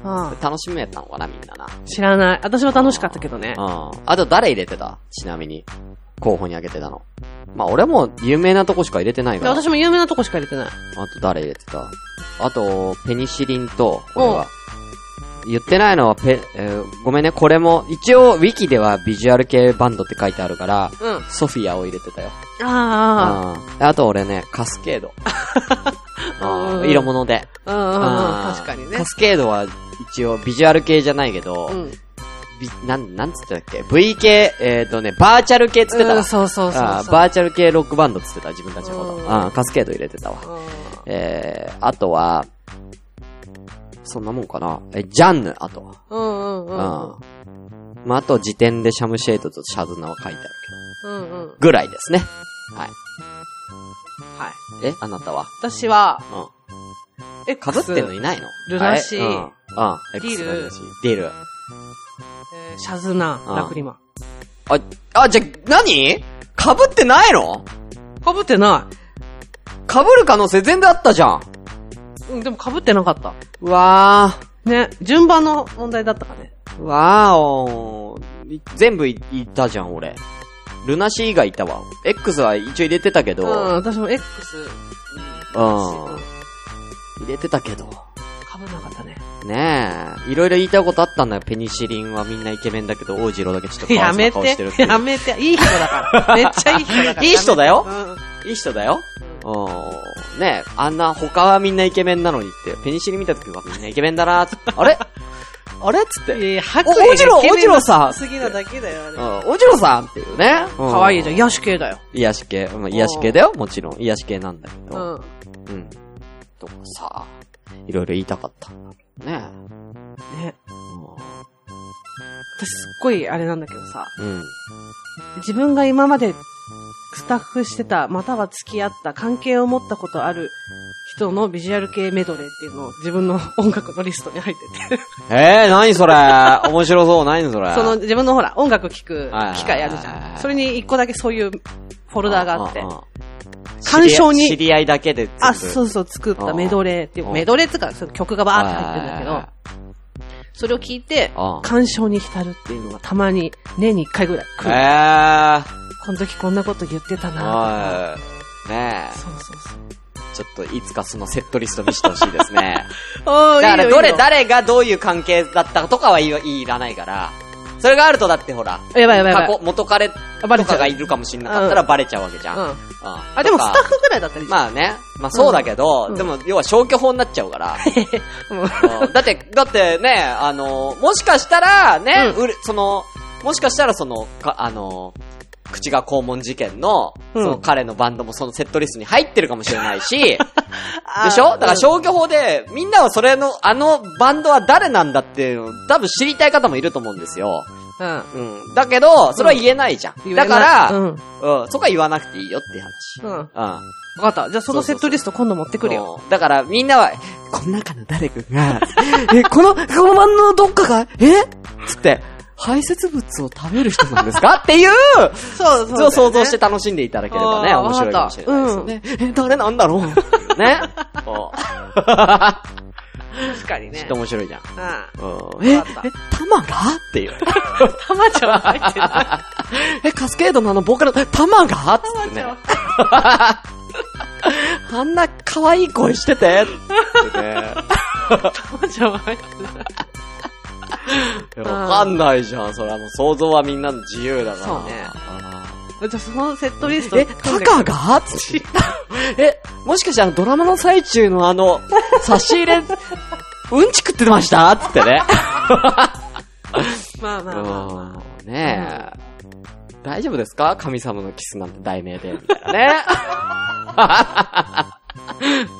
S2: あ
S1: れうん。楽しみやったのかな、みんなな。
S2: あ知らない。私は楽しかったけどね。
S1: うん。あと誰入れてたちなみに。候補に挙げてたの。まあ俺も有名なとこしか入れてない
S2: で
S1: から。あ
S2: 私も有名なとこしか入れてない。
S1: と誰入れてたあと、ペニシリンと、俺は。言ってないのはペ、えーごめんね、これも、一応、ウィキではビジュアル系バンドって書いてあるから、
S2: うん。
S1: ソフィアを入れてたよ。
S2: あ
S1: うんあと俺ね、カス ケード。
S2: うん
S1: うん色物で。
S2: あ、うんうんうん、
S1: うん
S2: 確かにね
S1: カ。スケードは一応ビジュアル系じゃないけど、
S2: うん。
S1: びなん、なんつってたっけ ?V 系、えっ、とね、バーチャル系っつってたわ。
S2: うんそうそうそうそう
S1: あーバーチャル系ロックバンドっつってた、自分たちのこと。う
S2: う
S1: んん、カスケード入れてたわ。
S2: う
S1: えー、あとは、そんなもんかな。え、ジャンヌ、あとは。
S2: んうん
S1: う。
S2: うんん。
S1: まあ、あと時点でシャムシェイドとシャズナは書いてあるけ
S2: うんうん。
S1: ど。ぐらいですね。はい。
S2: はい。
S1: え、あなたは
S2: 私は、
S1: うん。
S2: え、
S1: かぶってんのいないの
S2: ルナシー
S1: あれうん。あ、
S2: ディル
S1: X ルナシーディル。
S2: えーシャズナ、
S1: うん
S2: ラクリマ。
S1: あ、あ、じゃ、何かぶってないの
S2: かぶってな
S1: かぶる可能性全然あったじゃん。
S2: い。うん、でもかぶってなかった。
S1: うわ
S2: ね、順番の問題だったかね。
S1: ー。うわーおーい全部いいたじゃん、俺。ルナシー以外いたわ。X は一応入れてたけ
S2: うん、
S1: ど。
S2: 私も X、
S1: うん。
S2: うん
S1: 入れてたけど。
S2: かぶんなかったね。
S1: ねえ。いろいろ言いたいことあったんだよ。ペニシリンはみんなイケメンだけど、王子郎だけちょっと可哀
S2: や
S1: 想な
S2: め、
S1: 顔してるってていう
S2: やめて。いい人だ から。めっちゃいい人だから。
S1: いい人だよ
S2: うん
S1: いい人だよ。うん。ねえ、あんな他はみんなイケメンなのにって、ペニシリン見た時はみんなイケメンだなーって。あれ あれっつって。
S2: えー、白
S1: おおじろ
S2: イケメン
S1: おじろさん
S2: 好きなだけだよ、
S1: う
S2: あれ。
S1: ん、おじろさんっていうね。か
S2: かわいいじゃん。。癒し系だよ。
S1: 癒し系。うん、癒し系だよ、もちろん。癒し系なんだけ
S2: う
S1: ど。
S2: ん。
S1: うん。とかさ、いろいろ言いたかった。ね
S2: ね。
S1: え。
S2: 私すっごいあれなんだけどさ、
S1: うん。
S2: 自分が今までスタッフしてた、または付き合った、関係を持ったことある人のビジュアル系メドレーっていうのを自分の音楽のリストに入ってて、
S1: えー、何 それ面白そう、何それ
S2: その、自分のほら、音楽聴く
S1: はいはいはい
S2: 機会あるじゃん。それに一個だけそういうフォ
S1: フ
S2: ルダーがあって、
S1: 干
S2: 干渉
S1: 渉
S2: に
S1: 知り合いだけで。。
S2: あ、そううそう、作っ
S1: う
S2: た
S1: ん
S2: メドレーっていうう、
S1: ん
S2: メドレーっていうか、その曲がバーって入ってるんだけ
S1: はいはいは
S2: ど、それを聞いて
S1: うん、
S2: 鑑賞に浸るっていうのがたまに年に一回ぐらい来る。
S1: え
S2: この時こんなこと言ってた
S1: ー。
S2: な
S1: はい。ね
S2: とか。そうそうそう。
S1: え、ちょっといつかそのセットリスト見せてほしい ですね。
S2: おー
S1: だから、どれ、
S2: い
S1: 誰がどういう関係だったかとかはいいいらないから、それがあるとだってほら、
S2: いよやばいやばいやば
S1: 過
S2: い。
S1: 去、元彼と
S2: バレちゃ
S1: か
S2: う
S1: がいるかもしんなかったらバレちゃうわけじゃん。
S2: うん
S1: うん
S2: あ、でもスタッ
S1: フ
S2: フぐらいだったり
S1: まあね。まあそうだけど、
S2: うん
S1: でも要は消去法になっちゃうから。 うんだって、だってね、あの、もしかしたらね、
S2: う
S1: うるその、もしかしたらその、かあの、口が肛門事件の、
S2: う
S1: そ
S2: ん
S1: の彼のバンドもそのセットリストに入ってるかもしれない し、
S2: あー
S1: でしょだから消去法で、みんなはそれの、あのバンドは誰なんだっていうのを多分知りたい方もいると思うんですよ。
S2: うん。
S1: うん。だけど、それは言えないじゃん。
S2: 言え
S1: だ
S2: ない
S1: から、
S2: う。
S1: うんん、
S2: うん。
S1: そこは言わなくていいよって話。うん。
S2: わかった。じゃあそのセットリスト今度持ってくるよ。
S1: そうだから、みんなは、この中の誰かが、 え、この、この漫画のどっかが、えつって、排泄物を食べる人なんですか っていう、
S2: そう
S1: そう想像して楽しんでいただければね、
S2: あー
S1: 面白いかもしれないですよね。え、誰なんだろうね。 こう
S2: 確かに
S1: ちょ
S2: ね
S1: っと。面白いじゃん。
S2: うん。た
S1: うんえ、え
S2: わかっ、
S1: 玉がって いう。
S2: まちゃんは入ってな い。
S1: え、カスケードのあのボーカル、玉がつ
S2: た
S1: っ
S2: ま
S1: て
S2: ち
S1: ね
S2: ゃん。は。
S1: あんな可愛い声してて。 ってね。
S2: たまちゃんは入ってない。
S1: いやわかんないじゃん、それはもう想像はみんなの自由だから。
S2: そうね
S1: あ
S2: じゃあそのセットリス
S1: ー。
S2: ト。
S1: え、タカがつってえ、もしかしてあのドラマの最中のあの、差し入れ、うんち食ってましたつってね。
S2: まあまあまあま
S1: うんねえ。大丈夫ですか神様のキスなんて題名で。みたいなね。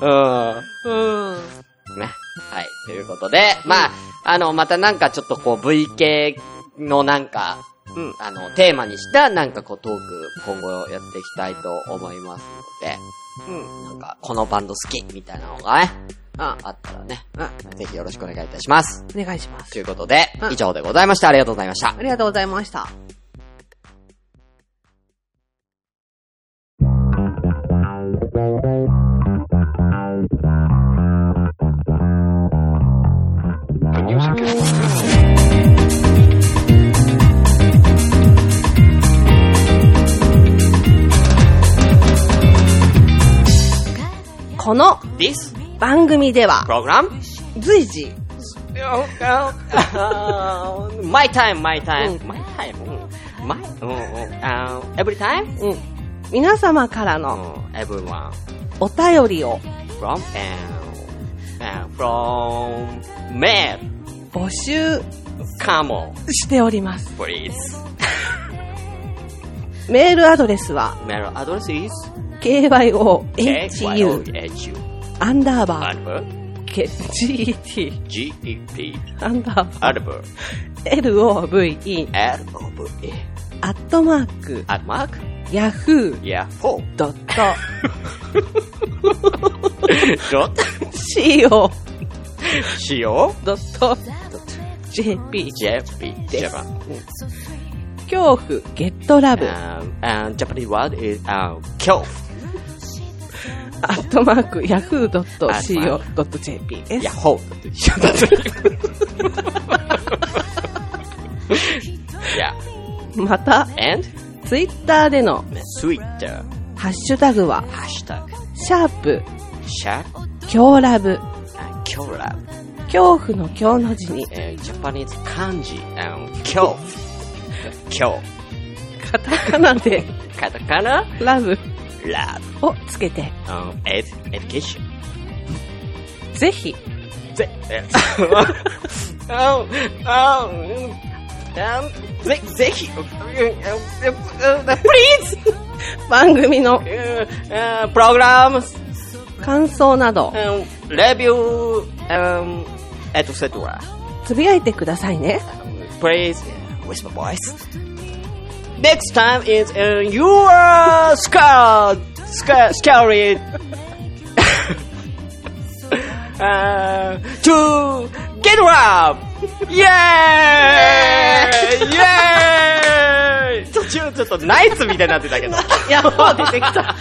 S1: うん。
S2: あ。うん。
S1: ね。はい。ということで、まあ、あの、またなんかちょっとこう、V 系のなんか、うん、あの、テーマにしたなんかこう、トーク、今後やっていきたいと思いますので、うん、なんか、このバンド好きみたいなのがね、
S2: あ、
S1: あったらね、
S2: あ、
S1: ぜひよろしくお願いいたします。
S2: お願いします。
S1: ということで
S2: う、ん
S1: 以上でございました。ありがとうございました
S2: あ。りがとうございました。この
S1: This
S2: 番組では
S1: program?
S2: 随時
S1: my time, my time,
S2: う
S1: my time, うん my, うんうんあー every time?
S2: うん、皆様から
S1: う
S2: の
S1: ん everyone.
S2: お便りを
S1: from and, and from map
S2: 募集
S1: come on
S2: しております。
S1: please
S2: メールアドレスは、
S1: mail address is
S2: kyohu アンダーバ
S1: alpha
S2: ー、け get
S1: gep
S2: アンダーバ
S1: alpha
S2: ー、love
S1: アルオブエ
S2: アットマーク、
S1: アットマーク
S2: yahoo.co.jp
S1: いや フォー
S2: ドッ
S1: ドット
S2: ト
S1: シオ
S2: ドット JP
S1: ジェピジャパン
S2: 恐怖ゲットラブ
S1: Um, and Japanese word is um, 恐怖
S2: アットマーク yahoo.co.jp で
S1: い
S2: す
S1: やフ ォーと一緒だったいや
S2: また
S1: and
S2: ツイッターでの
S1: Twitter
S2: ハッシュタグは
S1: ハッシュタグ
S2: シャープ
S1: シャーク
S2: 強ラブ
S1: 恐怖
S2: 恐怖の強の字に
S1: えー、ジャパニーズ漢字、あの、恐怖。恐
S2: カタカナで
S1: 怖。カタカナ、
S2: ラブ
S1: ラブ、
S2: をつけて
S1: あの、エデ、エデュケーション。
S2: ぜひ
S1: ぜ、え、あの、あの、oh, うんぜ、ぜひ、うんうんうんうん please! Uh,
S2: 番組の
S1: うんうんプログラム、
S2: 感想など
S1: うんレビュー、うんエトセトラ。
S2: つぶやいてくださいね
S1: Please, with my voice. Next time is uh, your scar, scar, scary. uh, to get up. Yay! Yay! 途中ちょっとナイツみたいになってたけど。
S2: ヤッホー出てきた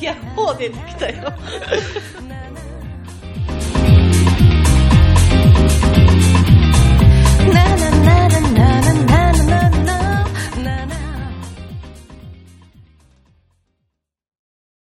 S2: ヤッホー出てきたよ